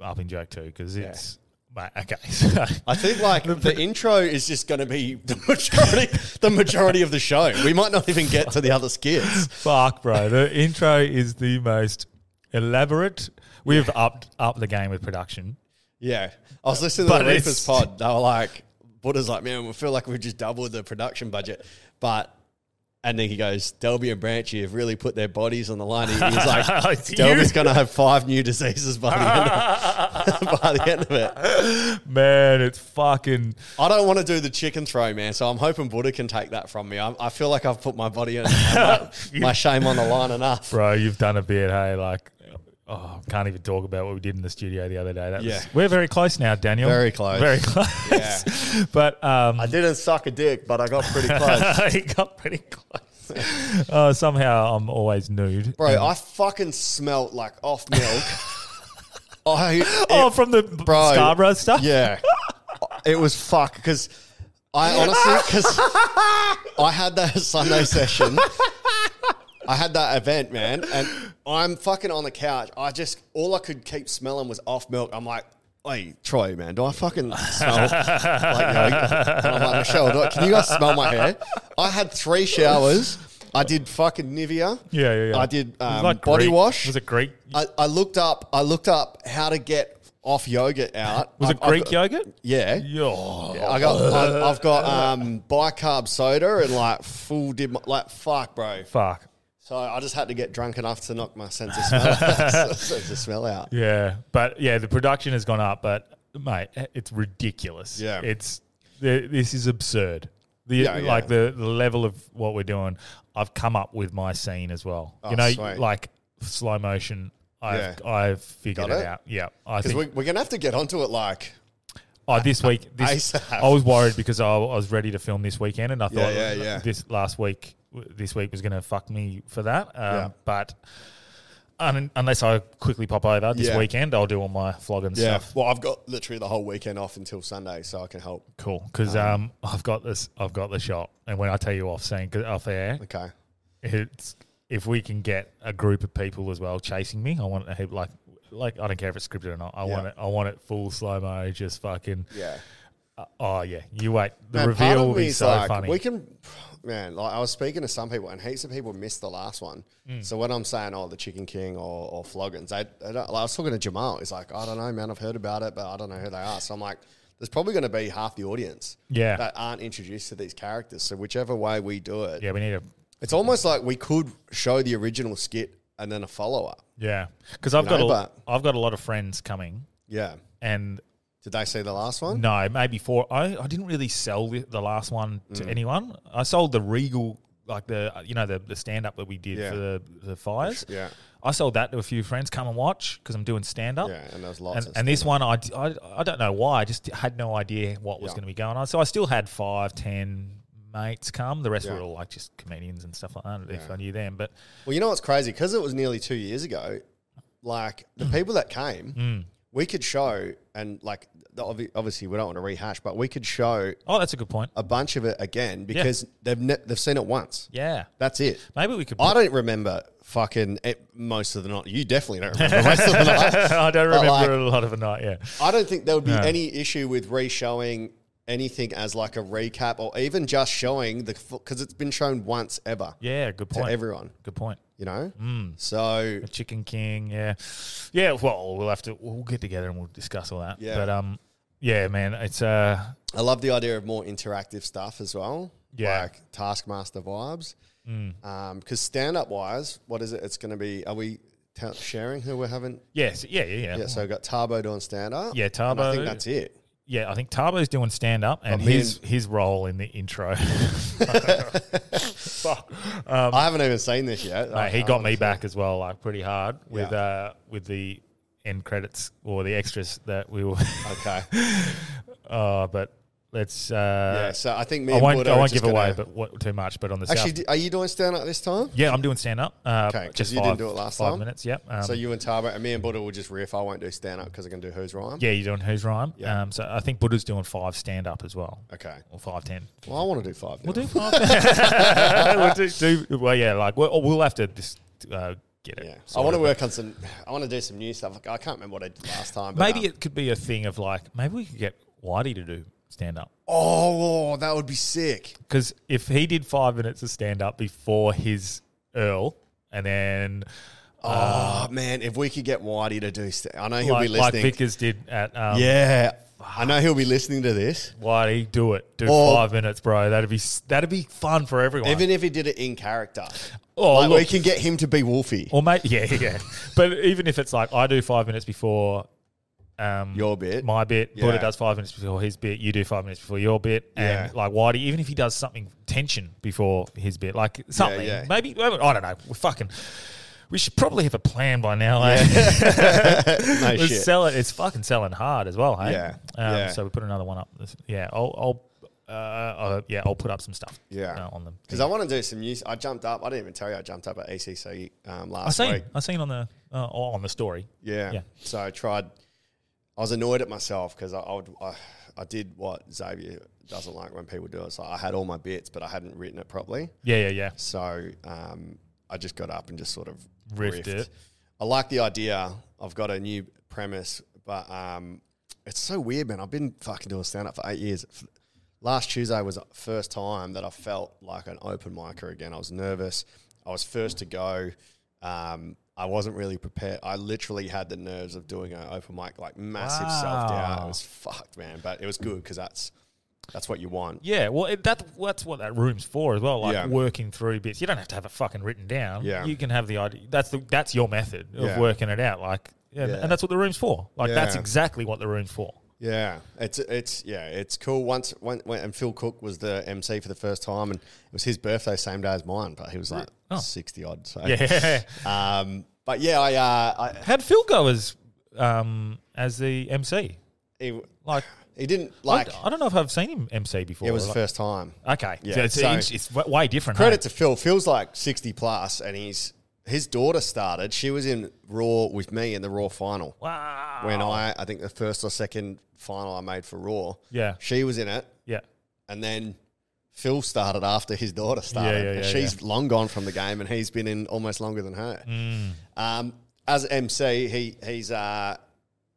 up in joke too because it's mate, okay. So I think like the intro is just going to be the majority, the majority of the show. We might not even get to the other skits. fuck, bro. The intro is the most elaborate. We've upped up the game with production. Yeah, I was listening But to the it's- Reapers pod. They were like, Buddha's like, man, we feel like we've just doubled the production budget, but. And then he goes, Delby and Branchy have really put their bodies on the line. He- He's like, It's Delby's you. going to have five new diseases by the, end of, by the end of it. Man, it's fucking. I don't want to do the chicken throw, man. So I'm hoping Buddha can take that from me. I, I feel like I've put my body and my, my shame on the line enough. bro, you've done a bit. Hey, like, oh, can't even talk about what we did in the studio the other day. That Yeah. was, we're very close now, Daniel. Very close. Very close. but um, I didn't suck a dick, but I got pretty close. he got pretty close. uh, somehow, I'm always nude. Bro, I fucking smelt like off milk. I Oh, it- from the bro, Scarborough stuff. Yeah. It was fuck because I honestly because I had that Sunday session. I had that event, man, and I'm fucking on the couch. I just all I could keep smelling was off milk. I'm like, hey, Troy, man, do I fucking smell like yogurt? And I'm like, Michelle, do I, can you guys smell my hair? I had three showers. I did fucking Nivea. yeah, yeah. yeah. I did It was um, like body Greek- wash. Uh, Was it Greek? I, I looked up. I looked up how to get off yogurt out. was it I've- I've Greek got- yogurt? Yeah. Yo. I got. I've, I've got um, bicarb soda and like full did my, like fuck, bro. Fuck. So I just had to get drunk enough to knock my sense of smell, sense of smell out. Yeah, but yeah, the production has gone up, but mate, it's ridiculous. Yeah. it's th- this is absurd. The, Yeah, yeah. Like the, the level of what we're doing, I've come up with my scene as well. Oh, you know, sweet. like slow motion. I've Yeah. I've figured Got it? it? out. Yeah, I Because think. we, we're gonna have to get onto it. Like, oh, this week, this ASAP. I was worried because I, I was ready to film this weekend, and I thought yeah, yeah. this last week, this week was going to fuck me for that. Um, Yeah. But un, unless I quickly pop over this Yeah. weekend, I'll do all my vlogging and stuff. Well, I've got literally the whole weekend off until Sunday, so I can help. Cool, because um, I've got this. I've got the shot, and when I tell you off scene, 'cause off air, Okay. it's if we can get a group of people as well chasing me, I want to have like, like I don't care if it's scripted or not. I want Yeah. it. I want it full slow mo, just fucking. Yeah. Oh yeah, you wait. The Man, part reveal of will me be is so like, funny. We can, man. Like I was speaking to some people, and heaps of people missed the last one. So when I'm saying, "Oh, the Chicken King" or, or "Floggins," they, they don't, like, I was talking to Jamal. He's like, "I don't know, man. I've heard about it, but I don't know who they are." So I'm like, there's probably going to be half the audience Yeah. that aren't introduced to these characters. So whichever way we do it, Yeah, we need a it's almost like we could show the original skit and then a follow up. yeah because I've You got know, a, but- I've got a lot of friends coming, Yeah. and Did they see the last one? no, maybe four. I, I didn't really sell the, the last one to Mm. anyone. I sold the Regal like the uh, you know the, the stand up that we did Yeah. for the, the fires. Yeah. I sold that to a few friends. Come and watch because I'm doing stand up. Yeah, and there's lots. and, of and this stand-up. one I, d- I, I don't know why i just had no idea what was Yeah. going to be going on so i still had five ten mates come the rest Yeah. were all like just comedians and stuff like that if i knew them but Well, you know what's crazy? Because it was nearly two years ago, like Mm. the people that came, we could show, and like the obvi- obviously we don't want to rehash, but we could show oh that's a good point a bunch of it again because they've ne- they've seen it once. yeah That's it. maybe we could I don't remember fucking it, most of the night. You definitely don't remember most of the night. I don't But, remember like, a lot of a night yeah I don't think there would be any issue with re-showing anything as like a recap or even just showing the because it's been shown once ever yeah good to point Mm. everyone. good point You know, so The chicken king yeah yeah well we'll have to we'll get together and we'll discuss all that Yeah. but um yeah man it's uh I love the idea of more interactive stuff as well. Yeah. Mm. Like Taskmaster vibes. Because stand up wise, what is it? It's going to be, are we t- sharing who we're having? yes yeah yeah yeah Yeah, so we've got Tarbo doing stand up. Yeah, And I Tarbo. think that's it. yeah, I think Tarbo's doing stand up and Oh, me his and- his role in the intro. Fuck. Um, I haven't even seen this yet. mate, he I- got me back as well, like pretty hard with Yeah. uh with the end credits or the extras that we were. Okay. uh, but let's. yeah, Uh, so I think me I and won't. Buddha I are won't just give away, gonna- but what, too much. But on the Actually, south, d- are you doing stand up this time? yeah, I'm doing stand up. Uh, Okay, 'cause just you five, didn't do it last five time. minutes. Yep. Um, so you and Tarbo, and me and Buddha will just riff. I won't do stand up because I can do Who's Rhyme. yeah, you're doing who's rhyme. Yeah. Um, so I think Buddha's doing five stand up as well, Okay. or five ten. Well, I want to do five. Now. We'll do five. we'll do, do- well, yeah, like we'll, we'll have to just uh, get it. Yeah. I sorted. want to work on some, I want to do some new stuff. Like, I can't remember what I did last time. But, Maybe um, it could be a thing of like maybe we could get Whitey to do stand up Oh, that would be sick. because if he did five minutes of stand up before his Earl, and then oh man, if we could get Whitey to do, st- I know he'll like, be like listening. Vickers did at um, yeah, I know he'll be listening to this. Whitey, do it, do Or- five minutes, bro. That'd be s- that'd be fun for everyone. Even if he did it in character, Oh, like we look. Oh, can get him to be Wolfie. Or maybe yeah, yeah. but even if it's like I do five minutes before um, Your bit. my bit, Yeah. Buddha does five minutes before his bit, you do five minutes before your bit, Yeah. and like Whitey, even if he does something tension before his bit, like something, yeah. maybe I don't know. We're fucking. We should probably have a plan by now. eh? No Let's shit. sell it. It's fucking selling hard as well, hey? Yeah. Um, Yeah. So we put another one up. This- Yeah, I'll, I'll, uh, uh, yeah, I'll put up some stuff. yeah, uh, on them. because I want to do some news. I jumped up. I didn't even tell you I jumped up at ECC um, I last seen, week. I seen on the uh, oh, on the story. Yeah. Oh, Yeah. So I tried. I was annoyed at myself because I, I, would- I I did what Xavier doesn't like when people do it. So I had all my bits, but I hadn't written it properly. Yeah, yeah, yeah. So um, I just got up and just sort of Riffed riffed, it. I like the idea. I've got a new premise, but um, it's so weird, man. I've been fucking doing stand up for eight years. F- Last Tuesday was the first time that I felt like an open micer again. I was nervous. I was first to go. Um, I wasn't really prepared. I literally had the nerves of doing an open mic, like massive self doubt. It was fucked, man. But it was good because that's that's what you want. Yeah, well, it, that that's what that room's for as well. Like Yeah. working through bits. You don't have to have it fucking written down. Yeah. you can have the idea. That's the, that's your method of Yeah. working it out. Like, and, Yeah. and that's what the room's for. Like, that's Yeah. exactly what the room's for. Yeah, it's it's yeah, it's cool. Once when, when and Phil Cook was the MC for the first time, and it was his birthday same day as mine, but he was like Oh. sixty odd. So Yeah. um, but yeah, I, uh, I How'd Phil go as um as the MC? he, Like, he didn't I- like. I, don't know if I've seen him MC before. it was the Like- first time. Okay, Yeah, so it's, so- it's, it's w- way different. Credit to hey? Phil. Phil's like sixty plus, and he's his daughter started. She was in Raw with me in the Raw final. wow. When I, I think the first or second final I made for Raw, Yeah. she was in it. yeah, and then Phil started after his daughter started. yeah, and yeah, she's long gone from the game, and he's been in almost longer than her. Mm. Um, as MC, he he's uh,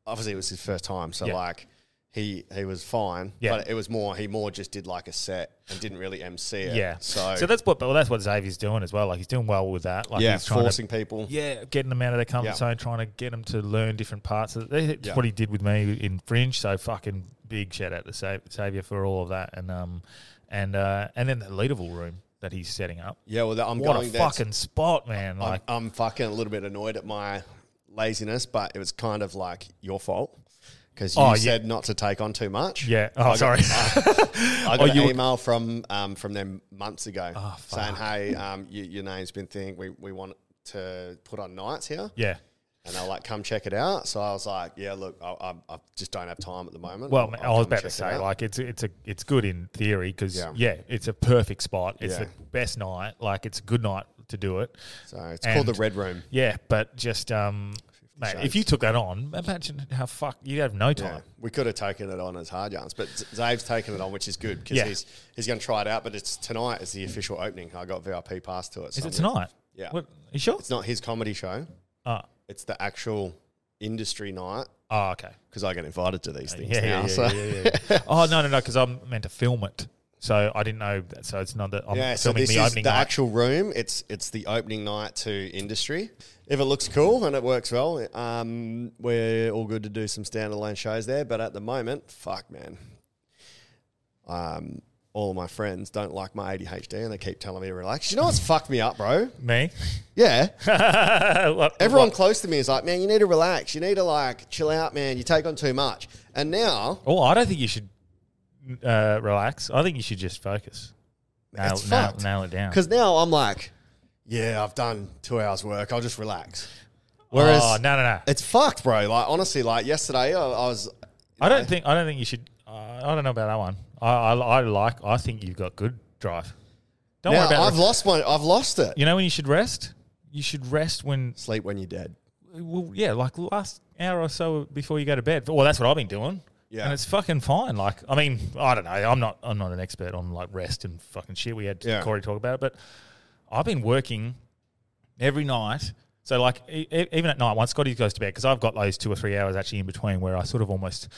obviously it was his first time, so Yeah. like he he was fine. Yeah. But it was more he more just did like a set and didn't really MC it. Yeah. So, that's what well that's what Xavier's doing as well. Like he's doing well with that. Like yeah, he's trying forcing to people. yeah, getting them out of their comfort Yeah. zone, trying to get them to learn different parts. Of That's Yeah. what he did with me in Fringe. So fucking big shout out to Sa- Xavier for all of that, and um, and uh, and then the leaderville room that he's setting up. Yeah, well, I'm what a going there. fucking spot, man! I'm, Like I'm fucking a little bit annoyed at my laziness, but it was kind of like your fault because you Oh, yeah. said not to take on too much. yeah. Oh, sorry. I got Oh, you an were- Ah, email from um, from them months ago saying, "Hey, um, you, your name's been thing. We we want to put on nights here." yeah. And they're like, "Come check it out." So I was like, "Yeah, look, I, I, I just don't have time at the moment." Well, I'll- man, I I'll was come about to check it say, out." like, it's it's a it's good in theory because Yeah. yeah. it's a perfect spot. It's Yeah. the best night. Like, it's a good night to do it. so it's called the and- Red Room. Yeah, but just um, mate, if Shades. you took that on, imagine how fuck you'd have no Yeah, time. we could have taken it on as hard yarns, but Z- Zave's taken it on, which is good because Yeah. he's he's going to try it out. But it's tonight is the official opening. I got VIP pass to it. Is so it I'm gonna- tonight? Yeah. What, you sure? It's not his comedy show. Oh, It's the actual industry night oh, okay. because I get invited to these things Uh, Yeah, now. yeah, yeah, so. yeah, yeah, yeah. oh no, no, no, because I'm meant to film it, so I didn't know. That, so it's not that I'm Yeah, so filming this the is opening the night. actual room. It's it's the opening night to industry. If it looks cool and it works well, um, we're all good to do some standalone shows there. But at the moment, fuck man, um, all of my friends don't like my ADHD and they keep telling me to relax. You know what's fucked me up, bro? Me? Yeah, What- everyone what- close to me is like, man, you need to relax. You need to like chill out, man. You take on too much. And now Oh, I don't think you should uh, relax. I think you should just focus. Nail, it's nail, fucked. nail it down. Because now I'm like, yeah, I've done two hours work. I'll just relax. Whereas oh, no, no, no. It's fucked, bro. Like honestly, like yesterday, I, I was. I don't think I don't think you should. Uh, I don't know about that one. I, I, I like. I think you've got good drive. Don't Now, worry about. I've it. lost my. I've lost it. you know when you should rest. You should rest when. Sleep when you're dead. Well, yeah, like last hour or so before you go to bed. Well, that's what I've been doing. Yeah. and it's fucking fine. Like, I mean, I don't know. I'm not. I'm not an expert on like rest and fucking shit. We had Yeah. Corey talk about it, but I've been working every night. So like e- e- even at night, once Scotty goes to bed, because I've got those two or three hours actually in between where I sort of almost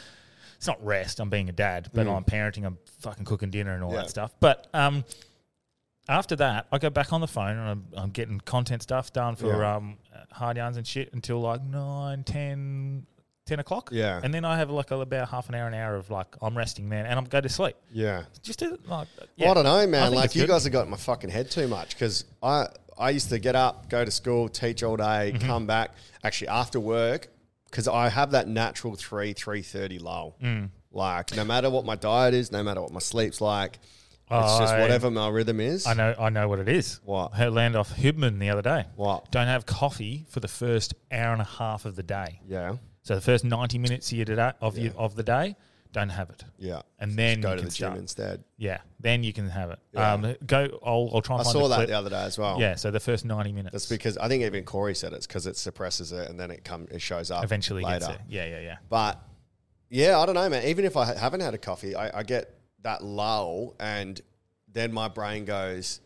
it's not rest. I'm being a dad, but I'm parenting. I'm fucking cooking dinner and all Mm. Yeah. that stuff. But um, after that, I go back on the phone and I'm, I'm getting content stuff done for Yeah. um, hard yarns and shit until like 9, 10, 10 o'clock. Yeah. And then I have like about half an hour, an hour of like, I'm resting then and I'm go to sleep. Yeah. Just a, like, uh, yeah. I don't know, I man. think Like it's you good. guys have got in my fucking head too much because I I used to get up, go to school, teach all day, Mm-hmm. come back. Actually, after work, because I have that natural three three thirty lull. Mm. Like no matter what my diet is, no matter what my sleep's like, it's just I- whatever my rhythm is. I know, I know what it is. What? I learned off Hubman the other day. What? Don't have coffee for the first hour and a half of the day. Yeah. So the first ninety minutes of your da- of, your, of the day, don't have it. Yeah. and then Go you to can the gym start. instead. Yeah, then you can have it. Um, go. I'll, I'll try and I find saw the that clip. the other day as well. Yeah, so the first ninety minutes. That's because I think even Corey said it's because it suppresses it and then it come it shows up eventually later. gets it. Yeah, yeah, yeah. But yeah, I don't know, man. Even if I ha- haven't had a coffee, I, I get that lull, and then my brain goes,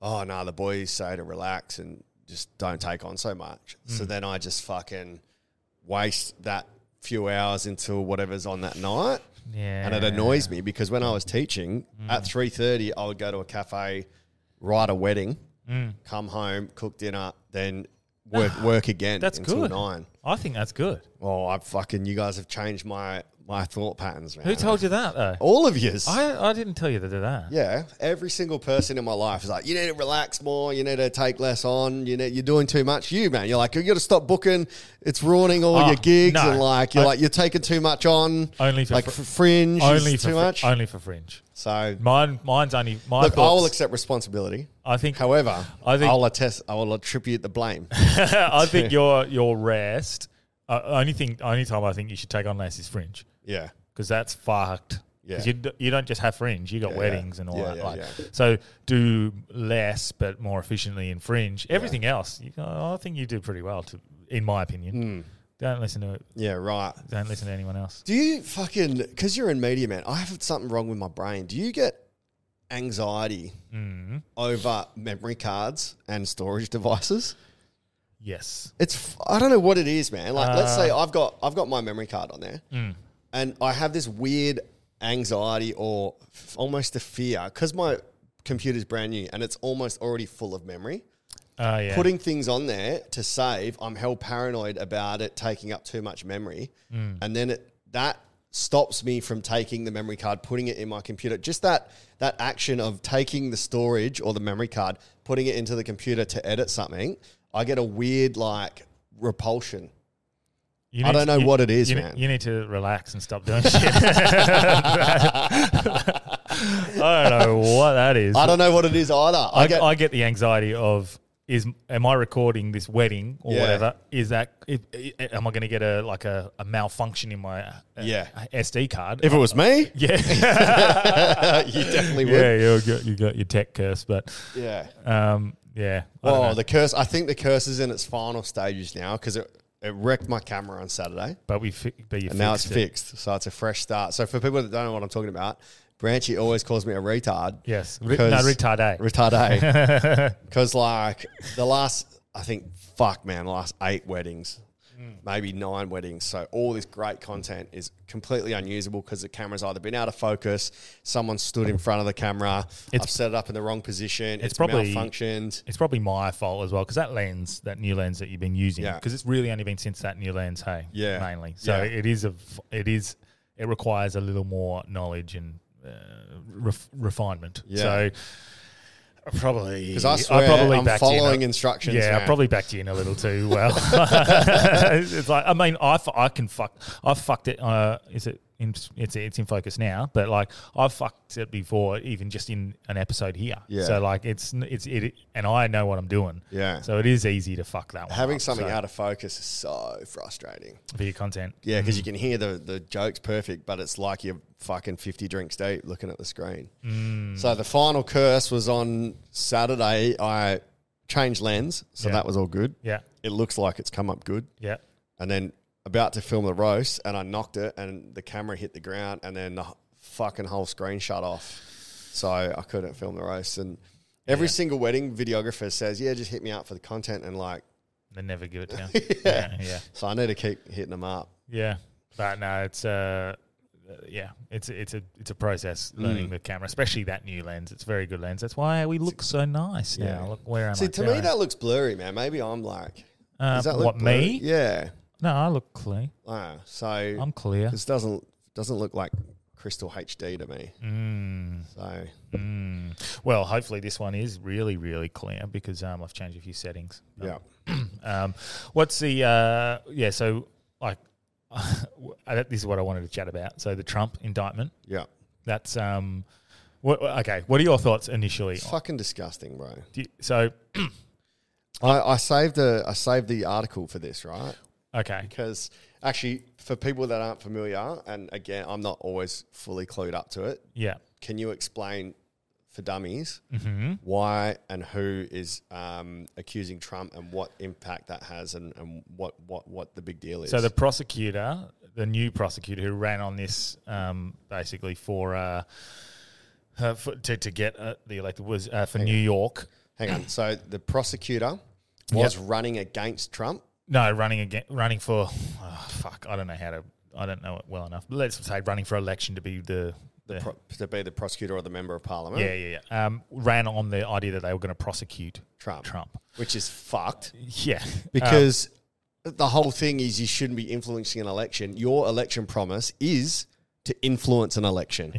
"Oh no, the boys say to relax and just don't take on so much." So Hmm. then I just fucking waste that few hours into whatever's on that night, Yeah. Hmm. and it annoys me because when I was teaching at three thirty, I would go to a cafe, write a wedding, Hmm. come home, cook dinner, then. Work, work again Ah, That's until good. nine. I think that's good. Oh, I fucking you guys have changed my my thought patterns, man. Who told you that though? All of yous. I I didn't tell you to do that. Oh. yeah, every single person in my life is like, you need to relax more. You need to take less on. You need, you're doing too much. You man, you're like, you got to stop booking. It's ruining all Oh, your gigs, no. and like, you're I- like, you're taking too much on. Only for like fr- fr- fringe. Only Only for too fr- much. Only for fringe. so Mine mine's only my look, I thoughts- will accept responsibility. I think However, I I think- will attest. I will attribute the blame. I think your your rest. Uh, only thing, only time I think you should take on less is fringe yeah, because that's fucked. Yeah. 'Cause you, d- you don't just have fringe, you got weddings and all Yeah, that. yeah, like, yeah. so do less but more efficiently in fringe. Everything else, you, "Oh, I think you did pretty well. To, in my Hmm. opinion, don't listen to it. yeah, right. Don't listen to anyone else. Do you fucking because you're in media, man? I have something wrong with my brain. Do you get anxiety over memory cards and storage devices? Yes. It's f- I don't know what it is, man. Like, let's say I've got I've got my memory card on there, and I have this weird anxiety or f- almost a fear because my computer's brand new and it's almost already full of memory. Oh, yeah. Putting things on there to save, I'm hell paranoid about it taking up too much memory, Mm. and then it, that stops me from taking the memory card, putting it in my computer. Just that that action of taking the storage or the memory card, putting it into the computer to edit something, I get a weird like repulsion. You I need don't know you- what it is, you, ne- man. You need to relax and stop doing shit. I don't know what that is. I don't know what it is either. I, I, get I get the anxiety of is am I recording this wedding or Yeah. whatever? Is that if, i- am I going to get a like a, a malfunction in my uh, Yeah. SD card? if it was me, yeah, you definitely would. yeah, you got, you got your tech curse, but Yeah. um, yeah. I don't Well, know. the curse. I think the curse is in its final stages now because it, it wrecked my camera on Saturday, but we fi- but you and now it's it. fixed. So it's a fresh start. So for people that don't know what I'm talking about, Branchy always calls me a retard. Yes. Re- because- no, retardé. Retardé. Because like the last, I think, fuck man, the last eight weddings. Hmm. Maybe nine weddings, so all this great content is completely unusable because the camera's either been out of focus, someone stood in front of the camera, I've set it up in the wrong position, it's, probably- malfunctioned. It's probably my fault as well because that lens, that new lens that you've been using, Yeah. because it's really only been since that new lens, hey, Yeah. mainly. So Yeah. it is a, f- it is, it requires a little more knowledge and uh, ref, refinement. Yeah. So I probably, 'Cause I swear I'm backed you in following a- instructions, Yeah, I man. probably backed you in a little too well. it's like I mean, I, f- I can fuck, I fucked it. Uh, is it? In, it's it's in focus now, but like I've fucked it before, even just in an episode here. Yeah. So like it's n- it's it, and I know what I'm doing. Yeah. So it is easy to fuck that one. Having up, something so, out of focus is so frustrating. for your content. Yeah, because you Mm. can hear the the joke's perfect, but it's like you're fucking fifty drinks deep looking at the screen. Mm. So the final curse was on Saturday. I changed lens, so Yeah. that was all good. Yeah. It looks like it's come up good, Yeah. and then about to film the roast, and I knocked it, and the camera hit the ground, and then the h- fucking whole screen shut off. So I couldn't film the roast, and every single wedding videographer says, "Yeah, just hit me up for the content," and like, They never give it to you. yeah. Yeah. so I need to keep hitting them up. Yeah, but no, it's uh, yeah, it's it's a it's a process Mm. learning the camera, especially that new lens. It's a very good lens. That's why we look so nice now. Look where am I? See, to me going? that looks blurry, man. Maybe I'm like, Uh, does that look what blurry? me? Yeah. no, I look clean. Ah, so I'm clear. this doesn't doesn't look like crystal HD to me. Mm. So Well, hopefully this one is really really clear because um, I've changed a few settings. yeah, Um, what's the uh, yeah? So like, I- this is what I wanted to chat about. So the Trump indictment. yeah. That's um, what, okay. What are your thoughts initially? Fucking disgusting, bro. Do you- so I, I saved the I saved the article for this, right? okay, Because actually, for people that aren't familiar, and again, I'm not always fully clued up to it. yeah. Can you explain for dummies Mm-hmm. why and who is um, accusing Trump and what impact that has and, and what, what what the big deal is? So the prosecutor, the new prosecutor who ran on this, um, basically for, uh, uh, for to, to get uh, the elected was uh, for New York. Hang on. So the prosecutor was running against Trump. No, running again, running for. Oh, fuck, I don't know how to. I don't know it well enough. Let's say running for election to be the. the Pro- to be the prosecutor or the member of parliament. yeah, yeah, yeah. Um, ran on the idea that they were going to prosecute Trump. Trump. Which is fucked Yeah, Um, because the whole thing is you shouldn't be influencing an election. Your election promise is to influence an election.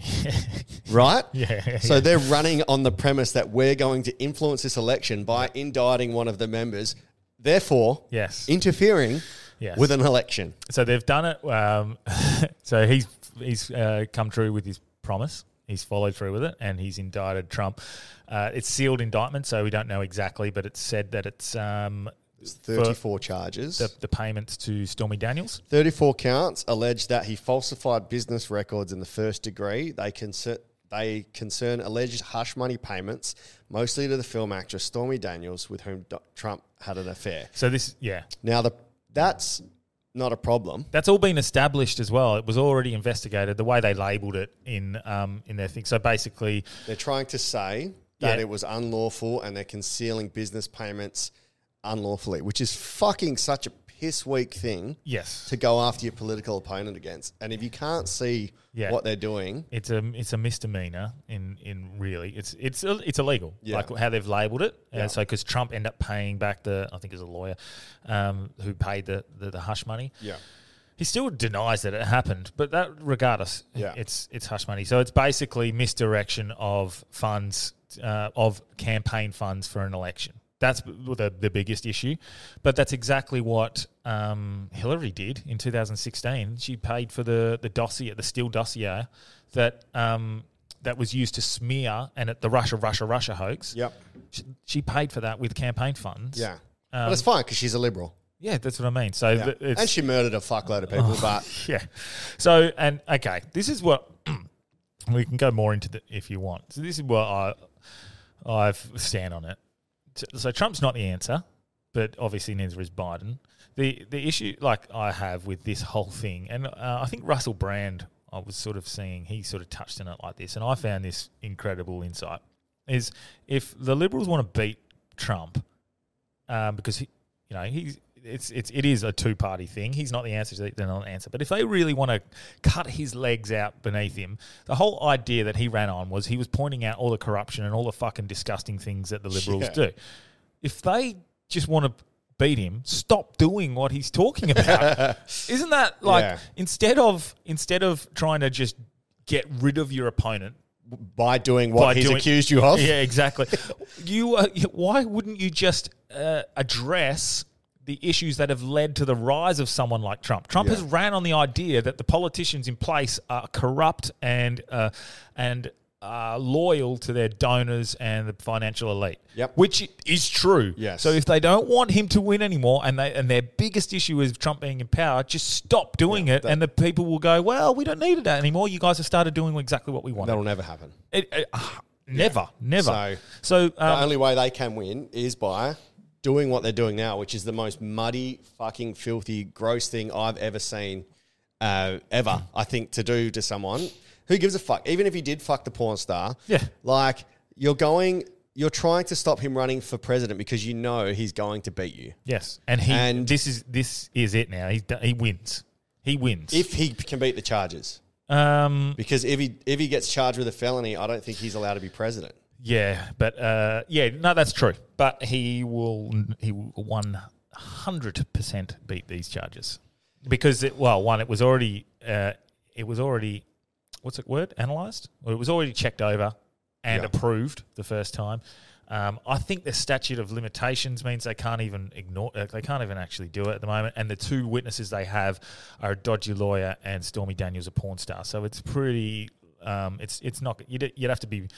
right? Yeah. So they're running on the premise that we're going to influence this election by indicting one of the members, therefore Yes. interfering Yes. with an election. so they've done it. Um, so he's he's uh, come true with his promise. He's followed through with it, and he's indicted Trump. Uh, it's sealed indictment, so we don't know exactly, but it's said that it's um, It's 34 charges. the, the payments to Stormy Daniels. 34 counts allege that he falsified business records in the first degree. They concern, they concern alleged hush money payments, mostly to the film actress Stormy Daniels, with whom Do- Trump had an affair. So this, yeah, Now, the, that's not a problem. that's all been established as well. It was already investigated. The way they labelled it in um, in their thing. So basically, They're trying to say that Yeah. it was unlawful and they're concealing business payments unlawfully, which is fucking such a piss weak thing Yes. to go after your political opponent against. And if you can't see Yeah. what they're doing, It's a it's a misdemeanor in in really it's it's it's illegal Yeah. like how they've labelled it. Uh, so because Trump ended up paying back the I think it was a lawyer um, who paid the, the the hush money. yeah, He still denies that it happened, but that regardless, Yeah. it's it's hush money. So it's basically misdirection of funds uh, of campaign funds for an election. That's b- the the biggest issue, but that's exactly what um, Hillary did in 2016. She paid for the the dossier, the Steele dossier, that um, that was used to smear and at the Russia Russia Russia hoax. yep, She, she paid for that with campaign funds. yeah. Um, but it's fine because she's a liberal, yeah, Oh. that's what I mean. So Yeah. th- it's, and she murdered a fuckload of people. But yeah. So and okay, this is what we can go more into the, if you want. So this is what I I've stand on it. T- So Trump's not the answer, but obviously neither is Biden. The the issue like I have with this whole thing, and uh, I think Russell Brand, I was sort of seeing he sort of touched on it like this, and I found this incredible insight is if the Liberals want to beat Trump, um, because he, you know he's it's it's it is a two party thing. He's not the answer; to they're not the answer. But if they really want to cut his legs out beneath him, the whole idea that he ran on was he was pointing out all the corruption and all the fucking disgusting things that the Liberals Yeah. do. If they just want to beat him, stop doing what he's talking about. Isn't that like Yeah. instead of instead of trying to just get rid of your opponent by doing what by he's doing- accused you of, Yeah, exactly. you, uh, you- why wouldn't you just uh, address the issues that have led to the rise of someone like Trump? Trump has ran on the idea that the politicians in place are corrupt and uh, and are loyal to their donors and the financial elite. Yep. which is true. Yes. So if they don't want him to win anymore, and they and their biggest issue is Trump being in power, just stop doing it, and the people will go, "Well, we don't need it anymore. You guys have started doing exactly what we want." that'll never happen. It, it, uh, never, never. So, The um, only way they can win is by doing what they're doing now, which is the most muddy, fucking, filthy, gross thing I've ever seen, uh, ever. I think to do to someone who gives a fuck, even if he did fuck the porn star. Yeah. like you're going, you're trying to stop him running for president because you know he's going to beat you yes, and he. And- this is this is it now. He he wins. He wins. if he can beat the charges. um, Because if he if he gets charged with a felony, I don't think he's allowed to be president. yeah, but uh, yeah, no, that's true. But he will. He will one hundred percent beat these charges because it, well, one, it was already uh, it was already what's it word analyzed. Well, it was already checked over and approved the first time. Um, I think the statute of limitations means they can't even ignore. uh, They can't even actually do it at the moment. And the two witnesses they have are a dodgy lawyer and Stormy Daniels, a porn star. So it's pretty. Um, it's it's not. You'd, you'd have to be.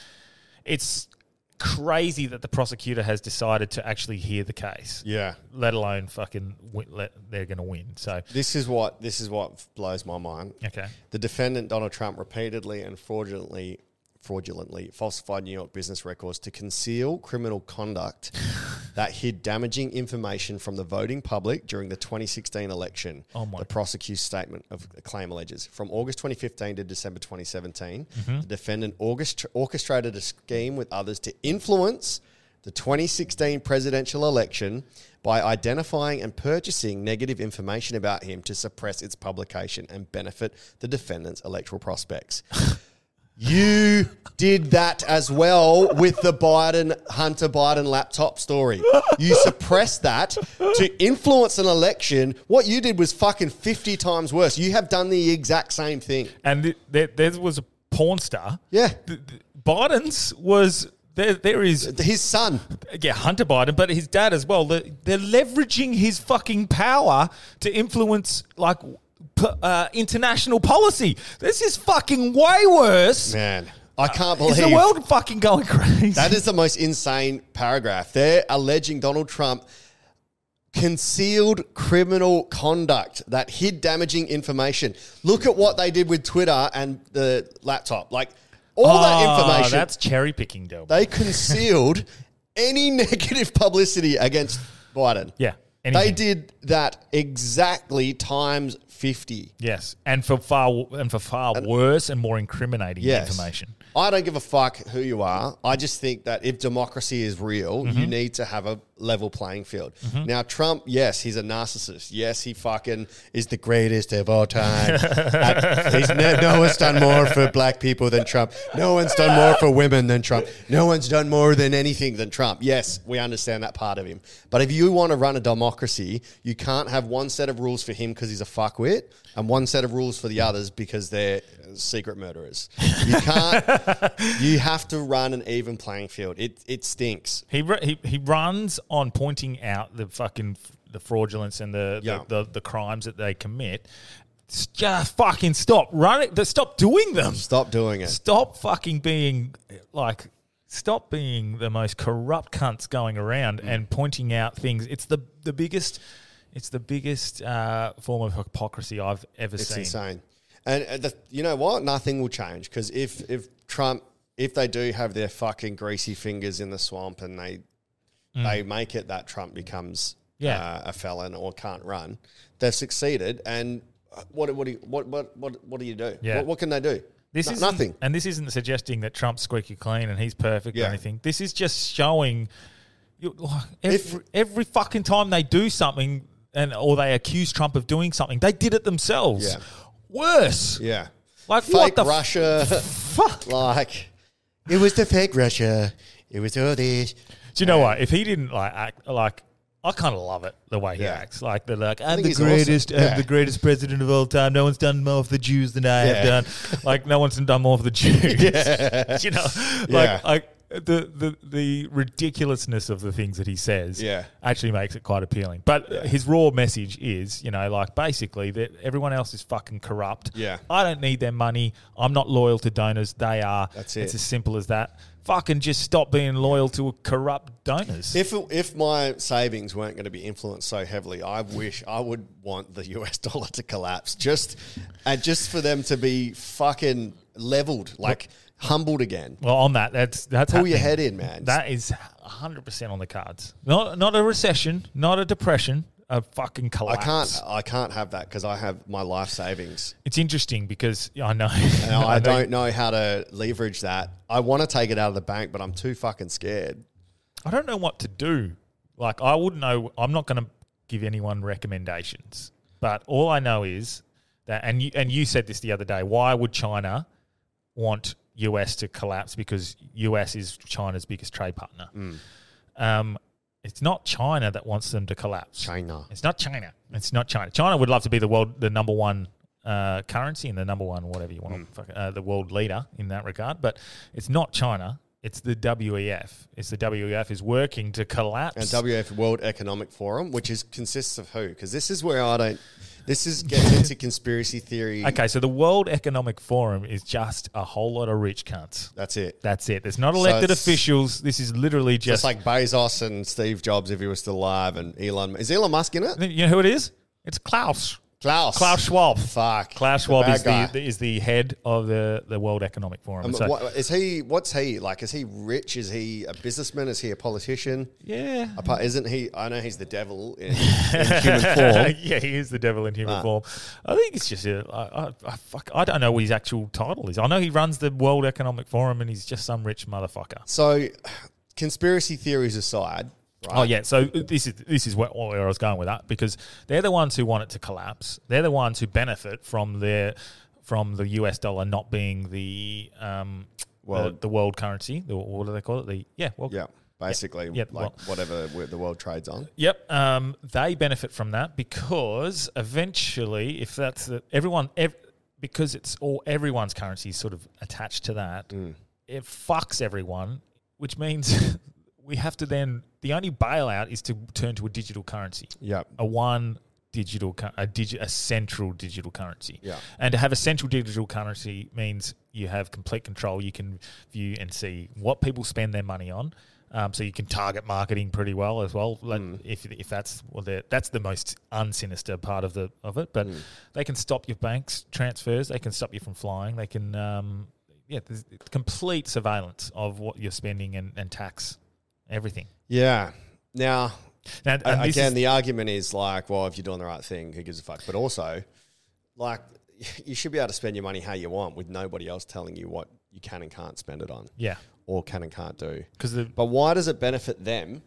It's crazy that the prosecutor has decided to actually hear the case. Yeah. Let alone fucking win, let, they're going to win. So This is what this is what blows my mind. okay. The defendant Donald Trump repeatedly and fraudulently fraudulently falsified New York business records to conceal criminal conduct that hid damaging information from the voting public during the 2016 election. Oh my- The prosecutor's statement of the claim alleges from August 2015 to December 2017, the defendant orchestra- orchestrated a scheme with others to influence the 2016 presidential election by identifying and purchasing negative information about him to suppress its publication and benefit the defendant's electoral prospects. You did that as well with the Biden Hunter Biden laptop story. You suppressed that to influence an election. What you did was fucking 50 times worse. You have done the exact same thing. and th- there, there was a porn star. Yeah. Th- th- Biden's was there. There is His son. yeah Hunter Biden, but his dad as well. They're, they're leveraging his fucking power to influence like p- uh, international policy. This is fucking way worse. Man, I can't Is believe the world fucking going crazy? That is the most insane paragraph. They're alleging Donald Trump concealed criminal conduct that hid damaging information. Look at what they did with Twitter and the laptop. Like all Oh, that information, That's cherry picking, Del. they concealed any negative publicity against Biden. yeah. They anything. did that exactly times 50. Yes, and for far and for far worse and more incriminating Yes. information. I don't give a fuck who you are. I just think that if democracy is real, Mm-hmm. you need to have a level playing field. Now, Trump, yes, he's a narcissist. Yes, he fucking is the greatest of all time. Uh, he's ne- no one's done more for black people than Trump. No one's done more for women than Trump. No one's done more than anything than Trump. Yes, we understand that part of him. But if you want to run a democracy, you can't have one set of rules for him because he's a fuckwit and one set of rules for the others because they're secret murderers. You can't. you have to run an even playing field. It it stinks. He, ru- he he runs on pointing out the fucking f- the fraudulence and the Yeah. the, the, the crimes that they commit. S- Just fucking stop running. Stop doing them. Stop doing it. Stop fucking being like. Stop being the most corrupt cunts going Mm. around and pointing out things. It's the the biggest. It's the biggest uh, form of hypocrisy I've ever It's seen. insane. And uh, the, you know what? Nothing will change because if if Trump, if they do have their fucking greasy fingers in the swamp and they they make it that Trump becomes Mm. Yeah. uh, a felon or can't run, they've succeeded. And uh, what what do you, what what what what do you do? Yeah. What, what can they do? This No- is nothing. and this isn't suggesting that Trump's squeaky clean and he's perfect Yeah. or anything. This is just showing you, like, If- every, every fucking time they do something and or they accuse Trump of doing something, they did it themselves. Yeah. Worse, Yeah. like Fake what the Russia. fuck? Do like it was the fake Russia. It was all this. you know what? If he didn't like act like. I kind of love it the way he Yeah. acts. Like the like, I'm think the he's awesome. greatest, Yeah. I'm the greatest president of all time. No one's done more for the Jews than I Yeah. have done. Like no one's done more for the Jews. you know, Yeah. like like the, the the ridiculousness of the things that he says Yeah. actually makes it quite appealing. But his raw message is, you know, like basically that everyone else is fucking corrupt. Yeah. I don't need their money. I'm not loyal to donors. They are. That's It's it. as simple as that. Fucking just stop being loyal to corrupt donors. If if my savings weren't going to be influenced so heavily, I wish I would want the US dollar to collapse just and just for them to be fucking leveled, like humbled again. well, on that, that's that's Pull your happening. head in, man. That is 100% on the cards. Not not a recession, not a depression, a fucking I collapse. can't I can't have that because I have my life savings. It's interesting because I know. And I don't know how to leverage that. I want to take it out of the bank, but I'm too fucking scared. I don't know what to do. Like I wouldn't know. I'm not going to give anyone recommendations. But all I know is that, and you and you said this the other day. Why would China want US to collapse? Because US is China's biggest trade partner. Um, it's not China that wants them to collapse. China. It's not China. It's not China. China would love to be the world, the number one uh, currency and the number one whatever you want, Hmm. to fuck, uh, the world leader in that regard. But it's not China. It's the WEF. It's the WEF is working to collapse. And WF World Economic Forum, which is consists of who? Because this is where I don't. This is gets into conspiracy theory. okay, so the World Economic Forum is just a whole lot of rich cunts. That's it. That's it. There's not elected it's- officials. This is literally Just just like Bezos and Steve Jobs, if he was still alive, and Elon. Is Elon Musk in it? you know who it is? It's Klaus. Klaus. Klaus Schwab. Fuck. Klaus The Schwab bad is guy. the, is the head of the, the World Economic Forum. Um, So- what- is he? What's he like? Is he rich? Is he a businessman? Is he a politician? yeah. Apart, isn't he? I know he's the devil in, in human form. Ah. yeah, he is the devil in human form. I think it's just a, I, I, I, fuck, I don't know what his actual title is. I know he runs the World Economic Forum, and he's just some rich motherfucker. So, conspiracy theories aside, right? Oh yeah, so this is this is where, where I was going with that because they're the ones who want it to collapse. They're the ones who benefit from their from the US dollar not being the um the, World- the world currency. The, what do they call it? The yeah, well, yeah, basically, Yeah, like Oh. well- whatever where the world trades on. Yep, um, they benefit from that because eventually, if that's the, everyone, ev- because it's all everyone's currency is sort of attached to that, it fucks everyone, which means we have to then the only bailout is to turn to a digital currency, Yep. a one digital cur- a digi- a central digital currency, Yeah. and to have a central digital currency means you have complete control. You can view and see what people spend their money on. Um, so you can target marketing pretty well as well, like if, if that's well, the- that's the most unsinister part of the of it. But they can stop your banks transfers. They can stop you from flying. They can um, yeah, there's complete surveillance of what you're spending and, and tax everything. Yeah. Now, Now, and a- this again, is- the argument is like, well, if you're doing the right thing, who gives a fuck? But also, like, you should be able to spend your money how you want with nobody else telling you what you can and can't spend it on Yeah. or can and can't do. Because the But why does it benefit them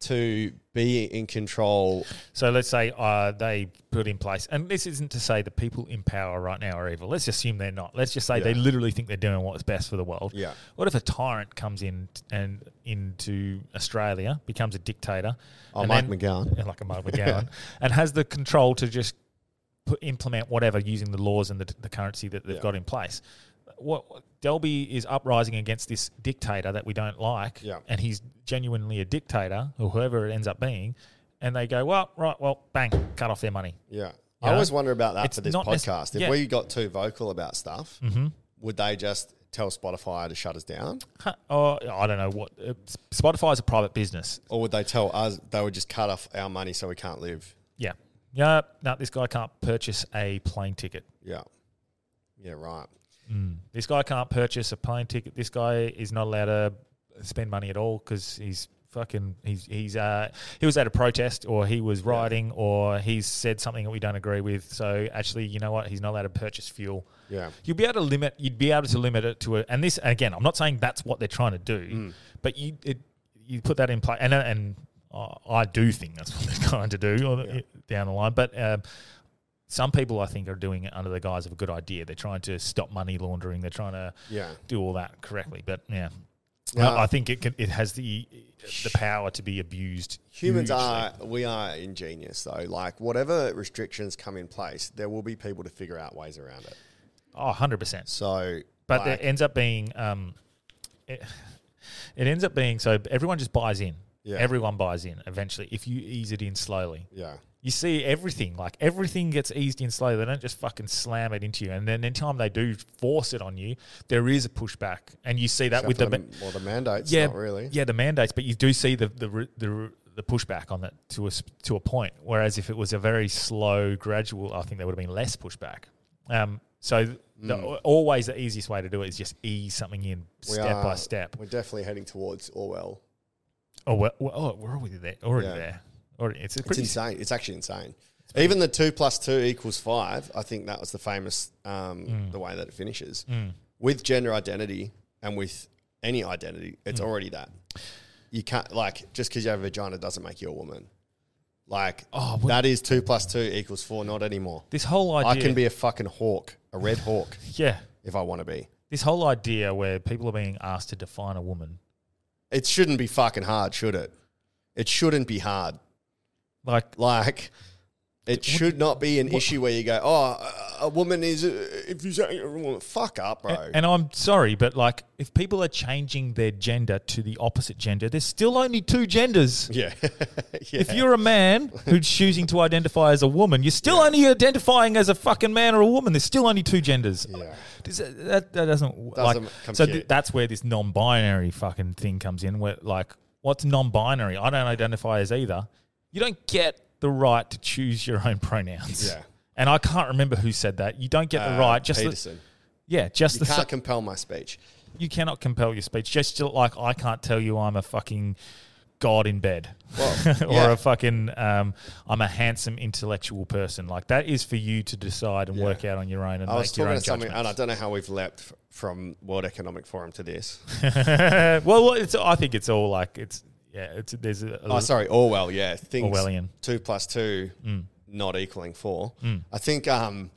to be in control? So let's say uh, they put in place, and this isn't to say the people in power right now are evil. Let's assume they're not. Let's just say they Yeah. literally think they're doing what's best for the world. Yeah. What if a tyrant comes in t- and into Australia, becomes a dictator? Oh, and Mike McGowan. Yeah, Like a Mike McGowan. and has the control to just put, implement whatever using the laws and the, the currency that they've Yeah. got in place. What Delby is uprising against this dictator that we don't like, Yeah. and he's genuinely a dictator or whoever it ends up being, and they go, well, right, well, bang, cut off their money. Yeah. You I know? always wonder about that It's for this not nec- podcast. if yeah. Mm-hmm. we got too vocal about stuff, would they just tell Spotify to shut us down? Huh, Oh, I don't know what. Uh, Spotify is a private business. Or would they tell us they would just cut off our money so we can't live? Yeah. Yeah. No, this guy can't purchase a plane ticket. Yeah. Yeah, right. This guy can't purchase a plane ticket. This guy is not allowed to spend money at all because he's fucking he's he's uh he was at a protest or he was rioting or he's said something that we don't agree with. So actually, you know what? He's not allowed to purchase fuel. Yeah. You'd be able to limit. You'd be able to limit it to a. And this again, I'm not saying that's what they're trying to do, Mm. but you it, you put that in play. And and I I do think that's what they're trying to do or down the line. But um, some people I think are doing it under the guise of a good idea. They're trying to stop money laundering. They're trying to Yeah. do all that correctly. But yeah. Now- I I think it can, it has the the power to be abused. Humans hugely. are we are ingenious though. Like whatever restrictions come in place, there will be people to figure out ways around it. oh, 100 percent. So But like, it ends up being um, it, it ends up being so everyone just buys in. Yeah. Everyone buys in eventually if you ease it in slowly. yeah. You see everything like everything gets eased in slowly. They don't just fucking slam it into you. And then anytime they do force it on you, there is a pushback, and you see that Except with for the, ma- well the mandates, yeah, not really. yeah the mandates. But you do see the the re- the, re- the pushback on that to a s- to a point. Whereas if it was a very slow, gradual, I think there would have been less pushback. Um, so th- the, always the easiest way to do it is just ease something in Mm. We step by are- step. We're definitely heading towards Orwell. Oh, we're, we're, oh, we're already there. Already Yeah. there. Already, it's, a It's pretty. insane. It's actually insane. Even the two plus two equals five. I think that was the famous um, Mm. the way that it finishes with gender identity and with any identity. It's Mm. already that you can't like just because you have a vagina doesn't make you a woman. Like Oh, what- that is two plus two equals four. Not anymore. this whole idea. I can be a fucking hawk, a red hawk, Yeah. if I want to be. This whole idea where people are being asked to define a woman, It shouldn't be fucking hard, should it? It shouldn't be hard. like Like, it should not be an issue where you go, oh, a- a woman is, uh, if you say you're a woman, fuck up, bro. And I'm sorry, but like, if people are changing their gender to the opposite gender, there's still only two genders. yeah. yeah. If you're a man who's choosing to identify as a woman, you're still only identifying as a fucking man or a woman. There's still only two genders. Yeah. Does that, that, that doesn't, Doesn't like, so th- compute. that's where this non-binary fucking thing comes in. Where like, what's non-binary? I don't identify as either. You don't get the right to choose your own pronouns. Yeah. And I can't remember who said that. You don't get the Uh, right. Just the, Peterson. yeah, just you the can't compel my speech. you cannot compel your speech. Just to- like I can't tell you I'm a fucking god in bed, or yeah. a fucking um, I'm a handsome intellectual person. Like that is for you to decide and work out on your own and I was make your talking own to something, and I judgments. don't know how we've leapt f- from World Economic Forum to this. well, it's I think it's all like it's yeah. It's there's a, Oh, sorry, Orwell. Yeah, things Orwellian. Mm. two plus two not equaling four. I think um,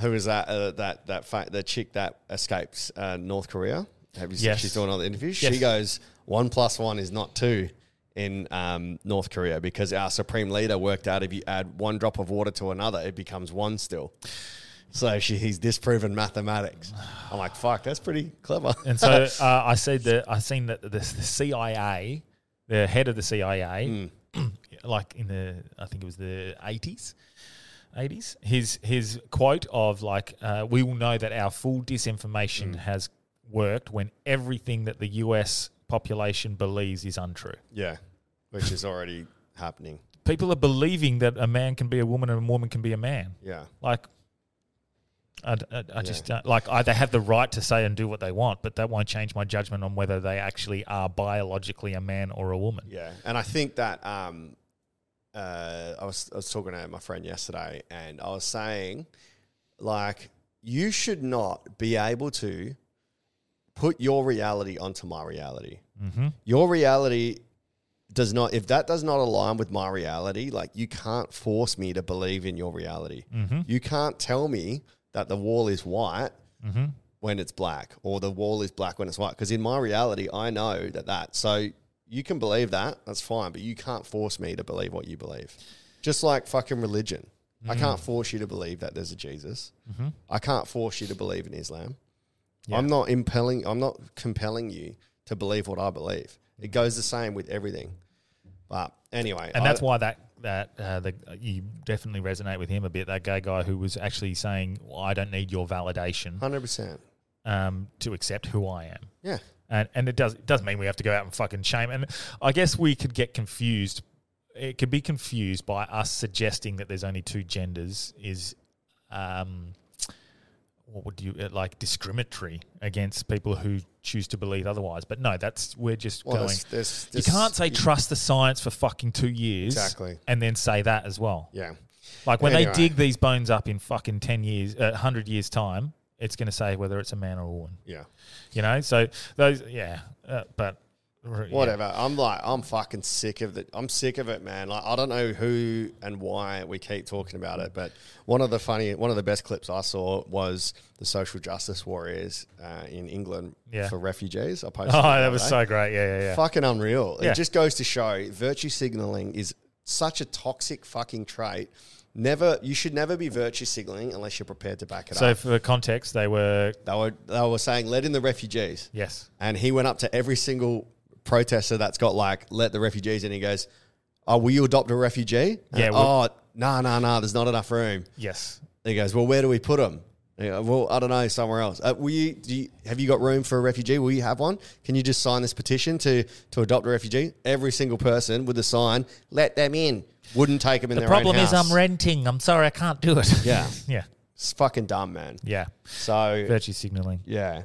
who was that? Uh, that that fa- the chick that escapes uh, North Korea. Have you seen? Yes. She's doing all the interviews. Yes. She goes one plus one is not two in um, North Korea because our supreme leader worked out if you add one drop of water to another, it becomes one still. So she, he's disproven mathematics. I'm like, fuck, that's pretty clever. And so uh, I said that I seen that the, the CIA, the head of the CIA, like in the I think it was the eighties. 80s his his quote of like uh, we will know that our full disinformation has worked when everything that the US population believes is untrue yeah, which is already happening. people are believing that a man can be a woman and a woman can be a man Yeah. like I, d- I- I just don't, like I, they have the right to say and do what they want, but that won't change my judgment on whether they actually are biologically a man or a woman. Yeah, and I think that um, uh, I was I was talking to my friend yesterday, and I was saying, like, you should not be able to put your reality onto my reality. Your reality does not, if that does not align with my reality, like you can't force me to believe in your reality. You can't tell me that the wall is white when it's black or the wall is black when it's white. Because in my reality, I know that that. So you can believe that, that's fine, but you can't force me to believe what you believe. Just like fucking religion. Mm. I can't force you to believe that there's a Jesus. Mm-hmm. I can't force you to believe in Islam. I'm not impelling, I'm not compelling you to believe what I believe. It goes the same with everything. But anyway, and I- that's why that that uh, the, you definitely resonate with him a bit. That gay guy who was actually saying, well, "I don't need your validation 100%. um, to accept who I am," Yeah. and and it does it does mean we have to go out and fucking shame. And I guess we could get confused. It could be confused by us suggesting that there's only two genders is. Um, what would you uh, like discriminatory against people who choose to believe otherwise? But no, that's we're just Well, going. there's, there's, You there's, can't say trust the science for fucking two years, Exactly. and then say that as well. Yeah. Like when Anyway. they dig these bones up in fucking ten years, uh, hundred years time, it's going to say whether it's a man or a woman. Yeah. You know, so those, yeah, uh, but r- yeah. Whatever. I'm like, I'm fucking sick of it. I'm sick of it, man. Like, I don't know who and why we keep talking about it, but one of the funny, one of the best clips I saw was the social justice warriors uh, in England Yeah. for refugees. I posted. Oh, it the that other was day. so great. Yeah, yeah, yeah. fucking unreal. Yeah. It just goes to show virtue signaling is such a toxic fucking trait. Never, you should never be virtue signaling unless you're prepared to back it So up. for context, they were They were they were saying let in the refugees. yes, and he went up to every single protester that's got like let the refugees in. He goes, "Oh, will you adopt a refugee?" And, Yeah, oh, we'll- no, no, no. There's not enough room. yes. He goes, "Well, where do we put them?" well, I don't know, somewhere else. Uh, will you, do you have you got room for a refugee? Will you have one? Can you just sign this petition to to adopt a refugee? Every single person with a sign, let them in. Wouldn't take them in The their problem own is house. I'm renting. I'm sorry, I can't do it. Yeah, yeah, it's fucking dumb, man. yeah. So Virtue signaling. yeah.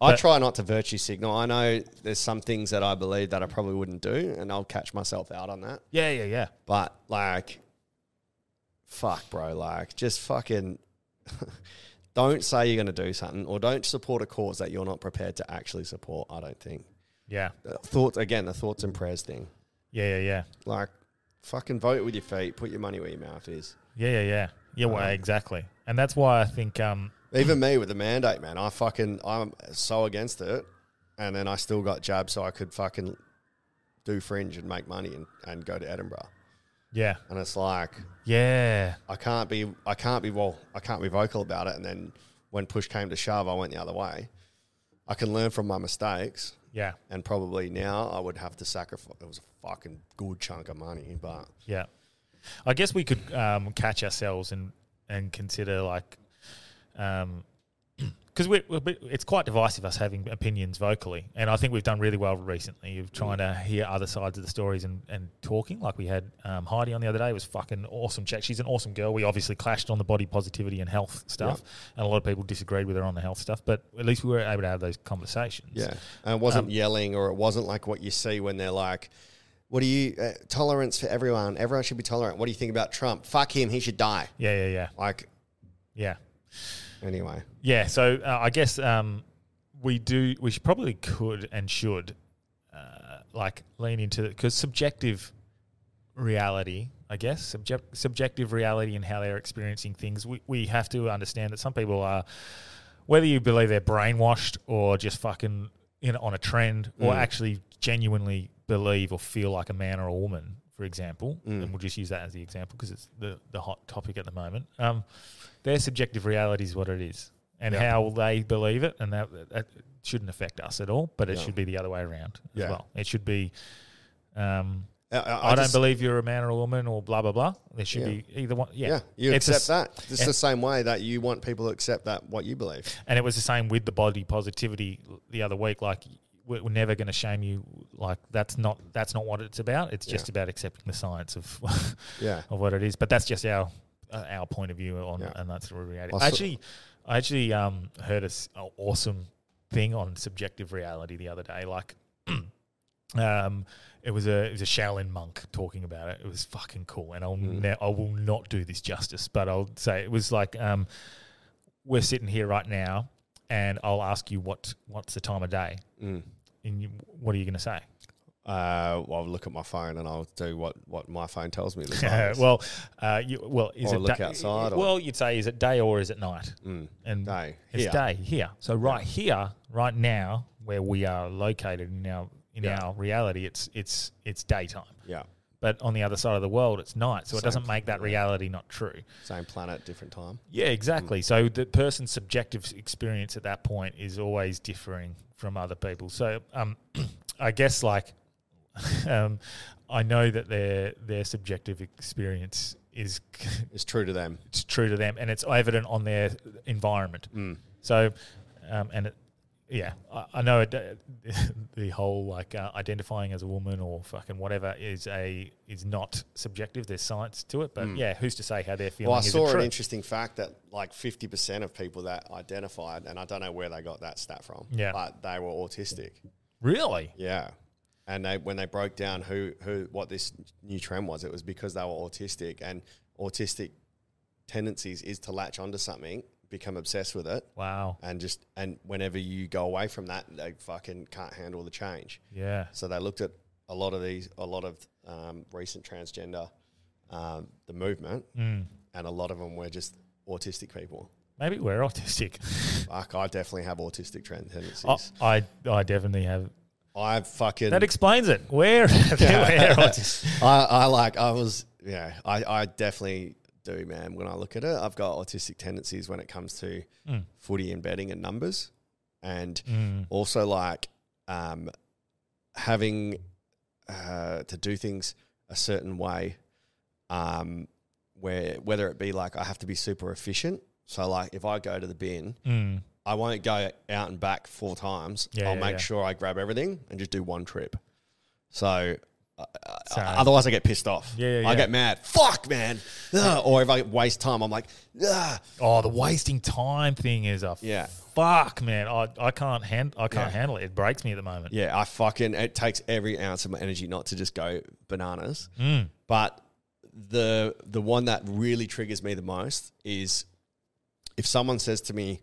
I But- try not to virtue signal. I know there's some things that I believe that I probably wouldn't do, and I'll catch myself out on that. Yeah, yeah, yeah. But like, fuck, bro. Like, just fucking don't say you're going to do something, or don't support a cause that you're not prepared to actually support. I don't think. Yeah, Uh, Thoughts again, the thoughts and prayers thing. yeah, yeah, yeah. Like, fucking vote with your feet. Put your money where your mouth is. Yeah, yeah, yeah. Yeah, well, Um, exactly. And that's why I think um, Even me with the mandate, man, I fucking I'm so against it, and then I still got jabbed, so I could fucking do fringe and make money and, and go to Edinburgh. yeah. And it's like Yeah. I can't be I can't be well I can't be vocal about it. And then when push came to shove, I went the other way. I can learn from my mistakes, Yeah. and probably now I would have to sacrifice. It was a fucking good chunk of money, but Yeah. I guess we could um, catch ourselves and and consider like um because we're, we're a bit- it's quite divisive us having opinions vocally and i think we've done really well recently of trying to hear other sides of the stories and, and talking like we had um, heidi on the other day It was fucking awesome check she's an awesome girl we obviously clashed on the body positivity and health stuff and a lot of people disagreed with her on the health stuff but at least we were able to have those conversations Yeah, and it Um, wasn't yelling, or it wasn't like what you see when they're like, "What do you uh, tolerance for everyone? Everyone should be tolerant." What do you think about Trump? Fuck him, he should die. yeah yeah yeah Like yeah anyway, Yeah, so uh, I guess um, we do. We should probably could and should uh, like lean into because subjective reality, I guess, subject, subjective reality and how they're experiencing things. We we have to understand that some people are, whether you believe they're brainwashed or just fucking in on a trend, or actually genuinely believe or feel like a man or a woman. For example, and we'll just use that as the example because it's the, the hot topic at the moment. Um, their subjective reality is what it is and how they believe it and that, that shouldn't affect us at all but it should be the other way around as Yeah. well it should be um, Uh, I, I, just- don't believe you're a man or a woman or blah blah blah there should be either one yeah, Yeah, you It's a accept s- eh. that. It's the same way that you want people to accept that what you believe. and it was the same with the body positivity l- the other week like we're we're never going to shame you like that's not that's not what it's about it's just about accepting the science of Yeah. of what it is but that's just our uh, our point of view on Yeah. and that's the reality I saw- actually i actually um heard a s- a awesome thing on subjective reality the other day like um it was a it was a Shaolin monk talking about it. It was fucking cool, and I'll ne- I will not do this justice, but I'll say it was like um, we're sitting here right now and I'll ask you what what's the time of day, and you, what are you going to say? Uh, well, I'll look at my phone and I'll do what, what my phone tells me. the time Uh, is. well, uh, you, well, is Or it look da- outside or- Mm. Well, you'd say is it day or is it night? And Day. It's Here. day here. So right here, right now, where we are located in our in Yeah. our reality, it's it's it's daytime. yeah, But on the other side of the world, it's night. So it Same doesn't make thing, that reality not true. same planet, different time. Yeah, Mm. exactly. So the person's subjective experience at that point is always differing from other people. So um, I guess like um, I know that their their subjective experience is It's true to them. it's true to them, and it's evident on their environment. Mm. So, um, and it, yeah, I, I know it, the whole like uh, identifying as a woman or fucking whatever is a is not subjective. There's science to it, but yeah, who's to say how they're feeling? Mm. Well, I isn't saw an true? interesting fact that like 50% of people that identified, and I don't know where they got that stat from, Yeah. but they were autistic. Really? Yeah. And they, when they broke down who, who what this new trend was, it was because they were autistic, and autistic tendencies is to latch onto something, become obsessed with it, Wow. and just and whenever you go away from that, they fucking can't handle the change. Yeah. So they looked at a lot of these, a lot of um, recent transgender, um, the movement, and a lot of them were just autistic people. Maybe we're autistic. Fuck, I definitely have autistic trend I, tendencies. I I definitely have. I fucking Oh. That explains it. We're, we're autistic. I, I like I was yeah I, I definitely do man when I look at it I've got autistic tendencies when it comes to footy and betting and numbers and Mm, also like um, having uh, to do things a certain way um, where whether it be like I have to be super efficient so like if I go to the bin mm. I won't go out and back four times Yeah, I'll yeah, make yeah. sure I grab everything and just do one trip so So- Otherwise, I get pissed off. Yeah, yeah, I yeah. get mad. Fuck, man. Ugh. Or if I waste time, I'm like, Ugh. Oh, the wasting time thing is a Yeah. fuck, man. I, I can't hand I can't Yeah. handle it. It breaks me at the moment. yeah, I fucking. It takes every ounce of my energy not to just go bananas. Mm. But the the one that really triggers me the most is if someone says to me,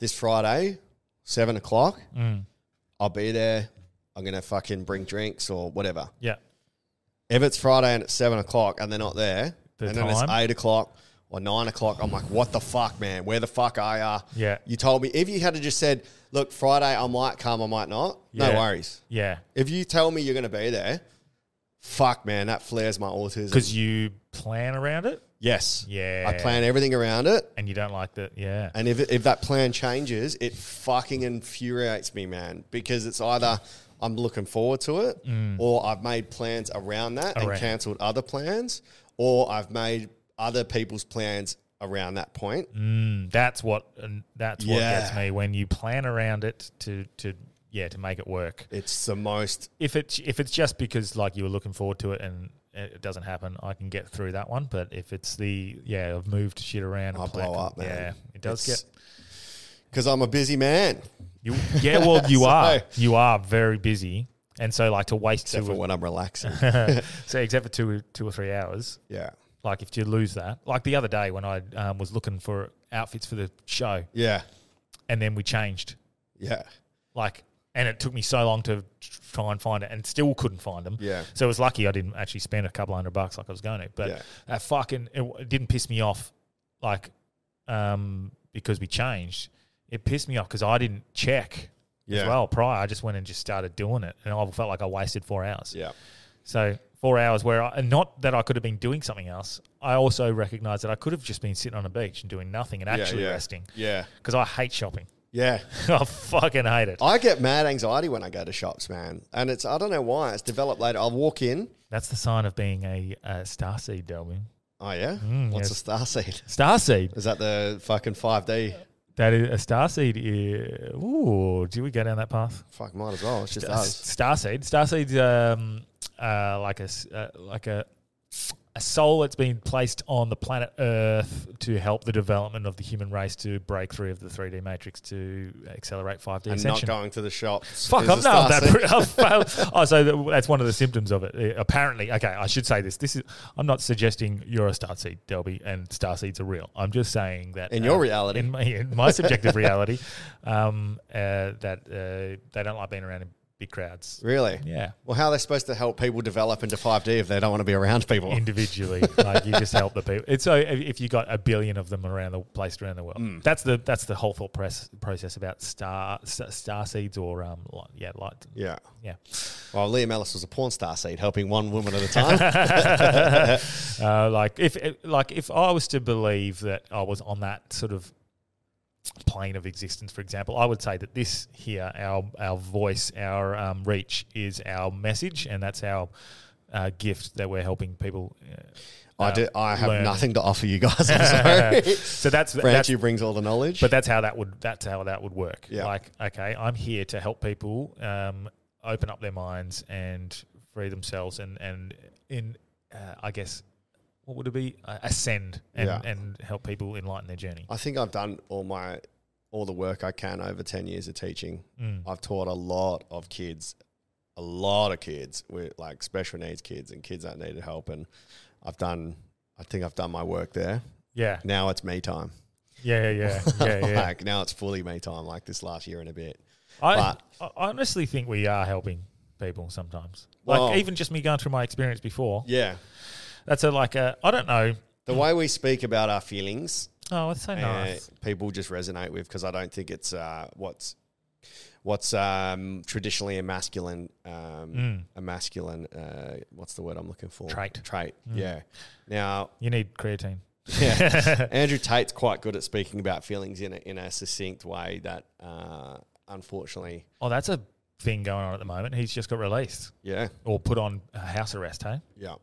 "This Friday, seven o'clock, Mm. I'll be there. I'm gonna fucking bring drinks or whatever." Yeah. if it's Friday and it's seven o'clock and they're not there, The and then it's time? eight o'clock or nine o'clock, I'm like, what the fuck, man? Where the fuck are ya? Yeah. You told me if you had just said, look, Friday I might come, I might not. No Yeah. worries. Yeah. If you tell me you're gonna be there, fuck, man, that flares my autism. Because you plan around it yes, Yeah. I plan everything around it. and you don't like that. Yeah. And if, if that plan changes, it fucking infuriates me, man, because it's either I'm looking forward to it Mm. or I've made plans around that Around. and cancelled other plans or I've made other people's plans around that point. Mm, that's what and that's what Yeah. gets me when you plan around it to to yeah, to make it work. It's the most, If it's if it's just because like you were looking forward to it and it doesn't happen, I can get through that one. But if it's the yeah, I've moved shit around. and I planned- blow up, man. Yeah, it does It's- get because I'm a busy man, You, yeah, well, you are. So- You are very busy, and so like to waste except two. for Or, when I'm relaxing. so except for two, two or three hours. yeah. Like if you lose that, like the other day when I um, was looking for outfits for the show, Yeah. and then we changed. Yeah. Like, and it took me so long to try and find it, and still couldn't find them. Yeah. So it was lucky I didn't actually spend a couple hundred bucks like I was going to. But Yeah. that fucking it, w- it didn't piss me off, like, um, because we changed. It pissed me off because I didn't check Yeah. as well prior. I just went and just started doing it, and I felt like I wasted four hours. Yeah. So four hours where, I, and not that I could have been doing something else. I also recognize that I could have just been sitting on a beach and doing nothing and Yeah, actually yeah. resting. Yeah. Because I hate shopping. Yeah. I fucking hate it. I get mad anxiety when I go to shops, man. And it's, I don't know why, it's developed later. I'll walk in. That's the sign of being a, uh starseed, Delvin. Oh, yeah? What's Mm, yes. a star seed? Starseed. Is that the fucking 5D? That is a starseed. Is, ooh, do we go down that path? Fuck, might as well. It's just Uh, us. Starseed. Starseed's um, uh, like a s- uh, like a a soul that's been placed on the planet Earth to help the development of the human race to break through of the 3D matrix to accelerate and 5D not ascension. going to the shops. Fuck, is I've the no, star that. seed. I've failed. Oh, so that- that's one of the symptoms of it. Uh, Apparently, okay, I should say this. This is. I'm not suggesting you're a starseed, Delby, and starseeds are real. I'm just saying that uh, In your reality. in my, in my subjective reality, um, uh, that uh, they don't like being around in big crowds. Really? Yeah. Well, how are they supposed to help people develop into 5D if they don't want to be around people? Individually, like you just help the people. It's so if if you got a billion of them around the placed around the world, Hmm. that's the that's the whole thought press process about star star, star seeds or um light, yeah light yeah. yeah. Well, Liam Ellis was a porn star seed, helping one woman at a time. Uh, like if like if I was to believe that I was on that sort of plane of existence, for example, I would say that this here, our our voice, our um, reach, is our message, and that's our uh, gift that we're helping people. Uh, I, do, I have learn. nothing to offer you guys. I'm sorry. uh, so that's that's Branchy brings all the knowledge. But that's how that would that's how that would work. Yeah. Like, okay, I'm here to help people um, open up their minds and free themselves, and and in uh, I guess what would it be uh, ascend and, Yeah. and help people enlighten their journey. I think I've done all my all the work I can over ten years of teaching. Mm. I've taught a lot of kids, a lot of kids with like special needs kids and kids that needed help. And I've done, I think I've done my work there. Yeah, Now it's me time. yeah, yeah, yeah, yeah. like now it's fully me time. Like this last year and a bit. I, but- I honestly think we are helping people sometimes. Like Well- even just me going through my experience before. Yeah, That's a like a I don't know. the way we speak about our feelings, Oh, it's so uh, nice. people just resonate with because I don't think it's uh, what's what's um, traditionally a masculine um, a masculine uh, what's the word I'm looking for Mm. Trait. Mm. trait yeah now You need creatine. yeah, Andrew Tate's quite good at speaking about feelings in a, in a succinct way that uh, unfortunately Oh, that's a thing going on at the moment. He's just got released. yeah or put on uh, house arrest, hey? yeah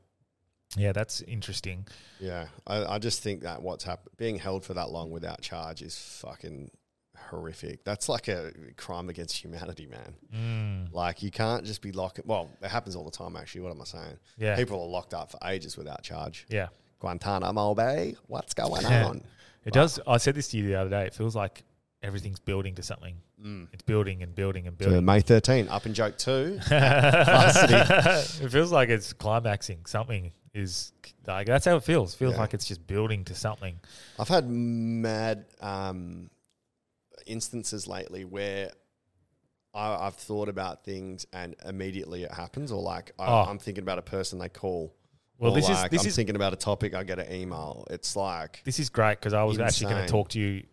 Yeah, that's interesting. yeah I, I just think that what's happened being held for that long without charge is fucking horrific that's like a crime against humanity man Mm. Like you can't just be locked. Well, it happens all the time. Actually, what am I saying? Yeah. people are locked up for ages without charge. Yeah. Guantanamo Bay. What's going Yeah. on? It does. I said this to you the other day. It feels like everything's building to something. It's building and building and To building. May 13, up in joke two. it feels like it's climaxing. Something is like that's how it feels. Feels Yeah. like it's just building to something. I've had mad um, instances lately where I, I've thought about things and immediately it happens, or like I, Oh. I'm thinking about a person they call. Well, or this is- like this I'm is- thinking about a topic, I get an email. It's like This is great because I was actually going Insane. to talk to you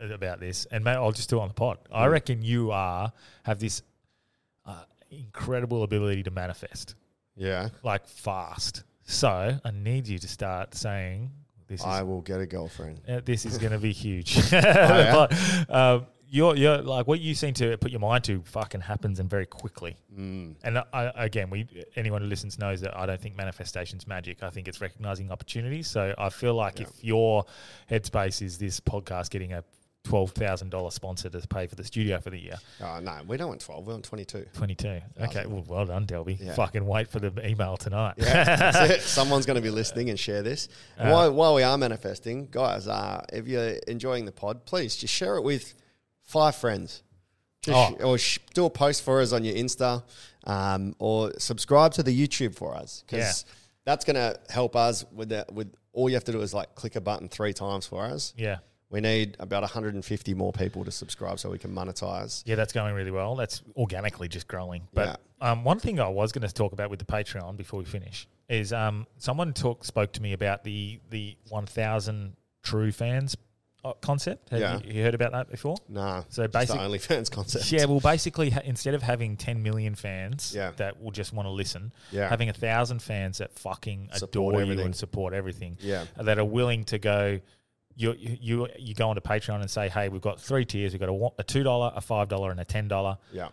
about this, and mate, I'll just do it on the pod. I reckon you are have this uh, incredible ability to manifest. yeah, like fast. So I need you to start saying this is I Oh, will get a girlfriend. uh, this is going to be huge. but um, you're you're like what you seem to put your mind to fucking happens and very quickly. Mm. And I, I, again, we anyone who listens knows that I don't think manifestation's magic. I think it's recognizing opportunities. So I feel like if your headspace is this podcast getting a twelve thousand dollar sponsor to pay for the studio for the year, Oh, no, we don't want 12. We want 22. 22. Okay, well, well done, Delby. Yeah. Fucking wait for the email tonight. That's it. Someone's going to be listening and share this. Uh-huh. while, while we are manifesting, guys, uh, if you're enjoying the pod, please just share it with five friends. Just Oh. sh- or sh- do a post for us on your Insta um, or subscribe to the YouTube for us because Yeah. that's going to help us with that. With all you have to do is like click a button three times for us. yeah. We need about 150 more people to subscribe so we can monetize. Yeah, that's going really well. That's organically just growing. But um, one thing I was going to talk about with the Patreon before we finish is um, someone talk spoke to me about the the one thousand true fans uh, concept. Have Yeah. you, you heard about that before? Nah, So it's the basic- OnlyFans concept. Yeah, well, basically, ha- instead of having 10 million fans Yeah. that will just want to listen, Yeah. having a thousand fans that fucking Support adore you everything. and support everything, uh, Yeah. that are willing to go. You, you you go onto Patreon and say, hey, we've got three tiers. We've got a, one- a two dollar, a five dollar, and a ten dollar. yeah,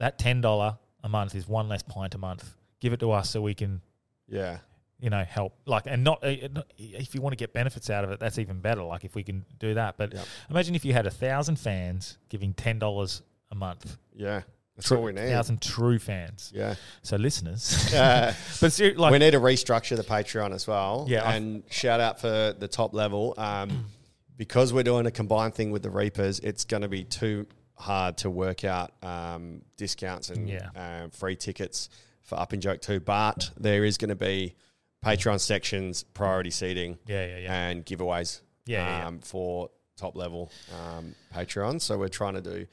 That ten dollar a month is one less pint a month. Give it to us so we can yeah, you know help like and not uh, not- if you want to get benefits out of it that's even better like if we can do that but imagine if you had a thousand fans giving ten dollars a month yeah. That's what we need. thousand true fans. Yeah. So listeners, but ser- like we need to restructure the Patreon as well. Yeah, I've- and shout out for the top level. Um, because we're doing a combined thing with the Reapers, it's going to be too hard to work out um, discounts and Yeah. um, free tickets for Up and Joke Two. But there is going to be Patreon sections, priority seating, Yeah, yeah, yeah. and giveaways. Yeah, yeah, yeah. um, for top level um, Patreon. So we're trying to do.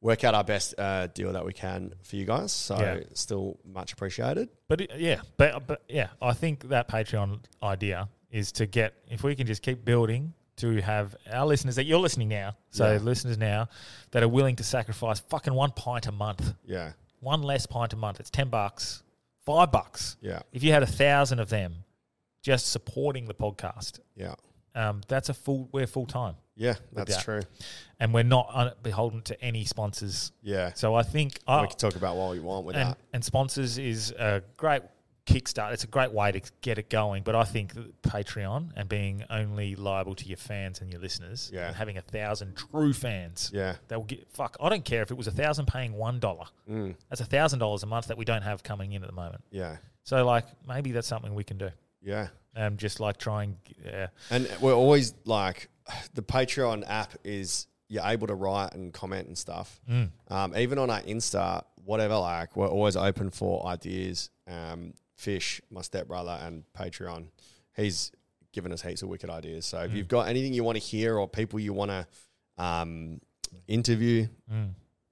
Work out our best uh, deal that we can for you guys. So, Yeah. still much appreciated. But it- yeah, but but yeah, I think that Patreon idea is to get if we can just keep building to have our listeners that you're listening now, so Yeah. listeners now that are willing to sacrifice fucking one pint a month, Yeah. one less pint a month. It's ten bucks, five bucks. Yeah. If you had a thousand of them, just supporting the podcast, Yeah. um, that's a full. We're full time. Yeah, that's that. true. and we're not un- beholden to any sponsors. Yeah. So I think uh, we can talk about what we want with and, that. and sponsors is a great kickstart. It's a great way to get it going. But I think that Patreon and being only liable to your fans and your listeners, Yeah. and having a thousand true fans, Yeah. that will get fuck. I don't care if it was a thousand paying one dollar. Mm. That's a thousand dollars a month that we don't have coming in at the moment. Yeah. So like maybe that's something we can do. Yeah. Um, just like trying, uh, And we're always like, the Patreon app is you're able to write and comment and stuff. Mm. Um, even on our Insta, whatever, like we're always open for ideas. Um, Fish, my stepbrother, and Patreon, he's given us heaps of wicked ideas. So Mm. if you've got anything you want to hear or people you want to um, interview,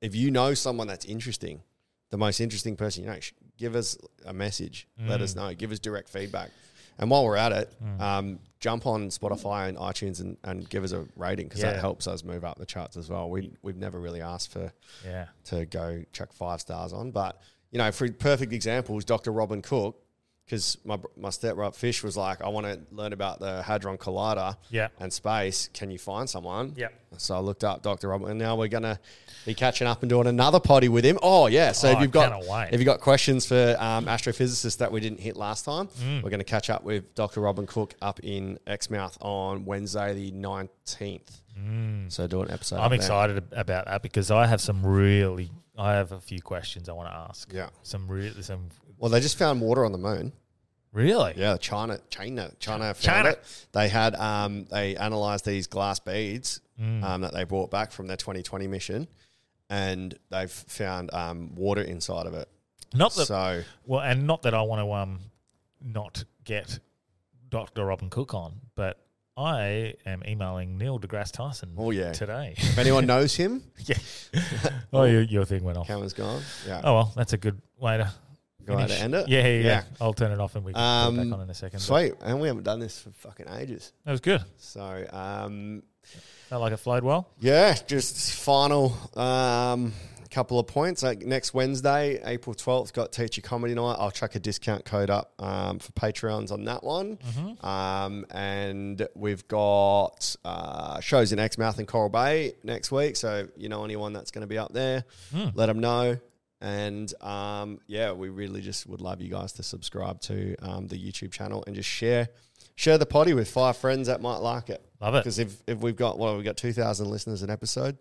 if you know someone that's interesting, the most interesting person you know, sh- give us a message. Let us know. Give us direct feedback. And while we're at it, um, jump on Spotify and iTunes and, and give us a rating because that Yeah. helps us move up the charts as well. We, we've never really asked for yeah, to go chuck five stars on. But, you know, for perfect examples, Dr. Robin Cook, because my, br- my step-right fish was like, I want to learn about the Hadron Collider Yeah. and space. Can you find someone? Yeah. So I looked up Dr. Robin, and now we're going to be catching up and doing another potty with him. Oh, yeah. So Oh, if I you've got cannot wait. if you've got questions for um, astrophysicists that we didn't hit last time, Mm. we're going to catch up with Dr. Robin Cook up in Exmouth on Wednesday the 19th. So do an episode. Mm. I'm on that. excited ab- about that because I have some really, I have a few questions I want to ask. Yeah. some really, some Well, they just found water on the moon. really, Yeah, China, China, China found China. it. They had um, they analyzed these glass beads Mm. um, that they brought back from their 2020 mission, and they've found um, water inside of it. not that So well, and not that I want to um, not get Dr. Robin Cook on, but I am emailing Neil deGrasse Tyson. Oh, yeah. today. if anyone knows him, yeah. Oh, your, your thing went off. camera's gone. Yeah, Oh well, that's a good way to. Good way to finish. end it? Yeah, yeah, yeah, Yeah. I'll turn it off and we can put it Um, back on in a second. but sweet. And we haven't done this for fucking ages. That was good. So um, Felt like it flowed well. Yeah, just final um, couple of points. Like next Wednesday, April 12th, got Teacher Comedy Night. I'll chuck a discount code up um, for Patreons on that one. Mm-hmm. Um, and we've got uh, shows in Exmouth and Coral Bay next week. So, you know, anyone that's going to be up there, Hmm. let them know. And um, yeah, we really just would love you guys to subscribe to um, the YouTube channel and just share share the potty with five friends that might like it. Love it. Because if, if we've got, well, we've got 2,000 listeners an episode.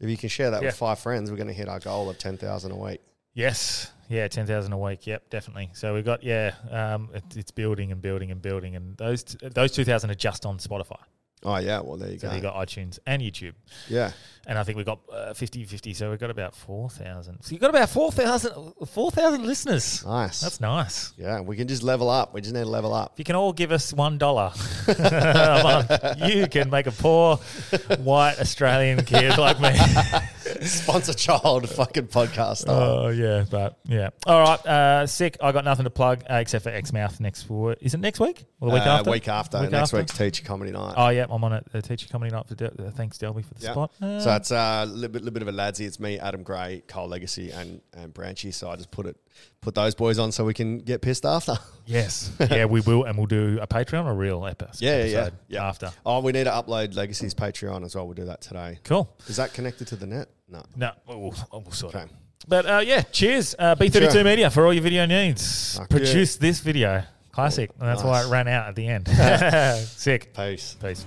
If you can share that Mm-hmm. Yeah. with five friends, we're going to hit our goal of 10,000 a week. Yes. Yeah, 10,000 a week. Yep, definitely. So we've got, yeah, um, it, it's building and building and building. And those t- those 2,000 are just on Spotify. Oh, yeah. Well, there you So go. you've got iTunes and YouTube. yeah. And I think we've got uh, 50 50. So we've got about 4,000. So you've got about 4,000 4,000 listeners. Nice. That's nice. yeah. We can just level up. We just need to level up. If you can all give us one dollar a month, you can make a poor white Australian kid like me. Sponsor child fucking podcast. style. oh yeah, but yeah. All right, uh, sick. I got nothing to plug uh, except for Exmouth next week. Is it next week or the week Uh, after? Week after. Week next after? week's Teacher Comedy Night. Oh yeah, I'm on it. The teacher coming up. For Del- uh, thanks, Delby, for the Yeah. spot. Uh, so it's a little bit, little bit of a ladsy. It's me, Adam Gray, Cole Legacy, and, and Branchy. So I just put it, put those boys on so we can get pissed after. yes, yeah, we will, and we'll do a Patreon or real episode. Yeah, yeah, yeah, episode yeah. After, Oh, we need to upload Legacy's Patreon as well. We'll do that today. cool. Is that connected to the net? No. No, we'll, we'll sort it. Okay. But uh, yeah, cheers, uh, B32 Sure. Media for all your video needs. Fuck Oh, Produce this video, classic, and that's why Nice. it ran out at the end. Sick. Peace. Peace.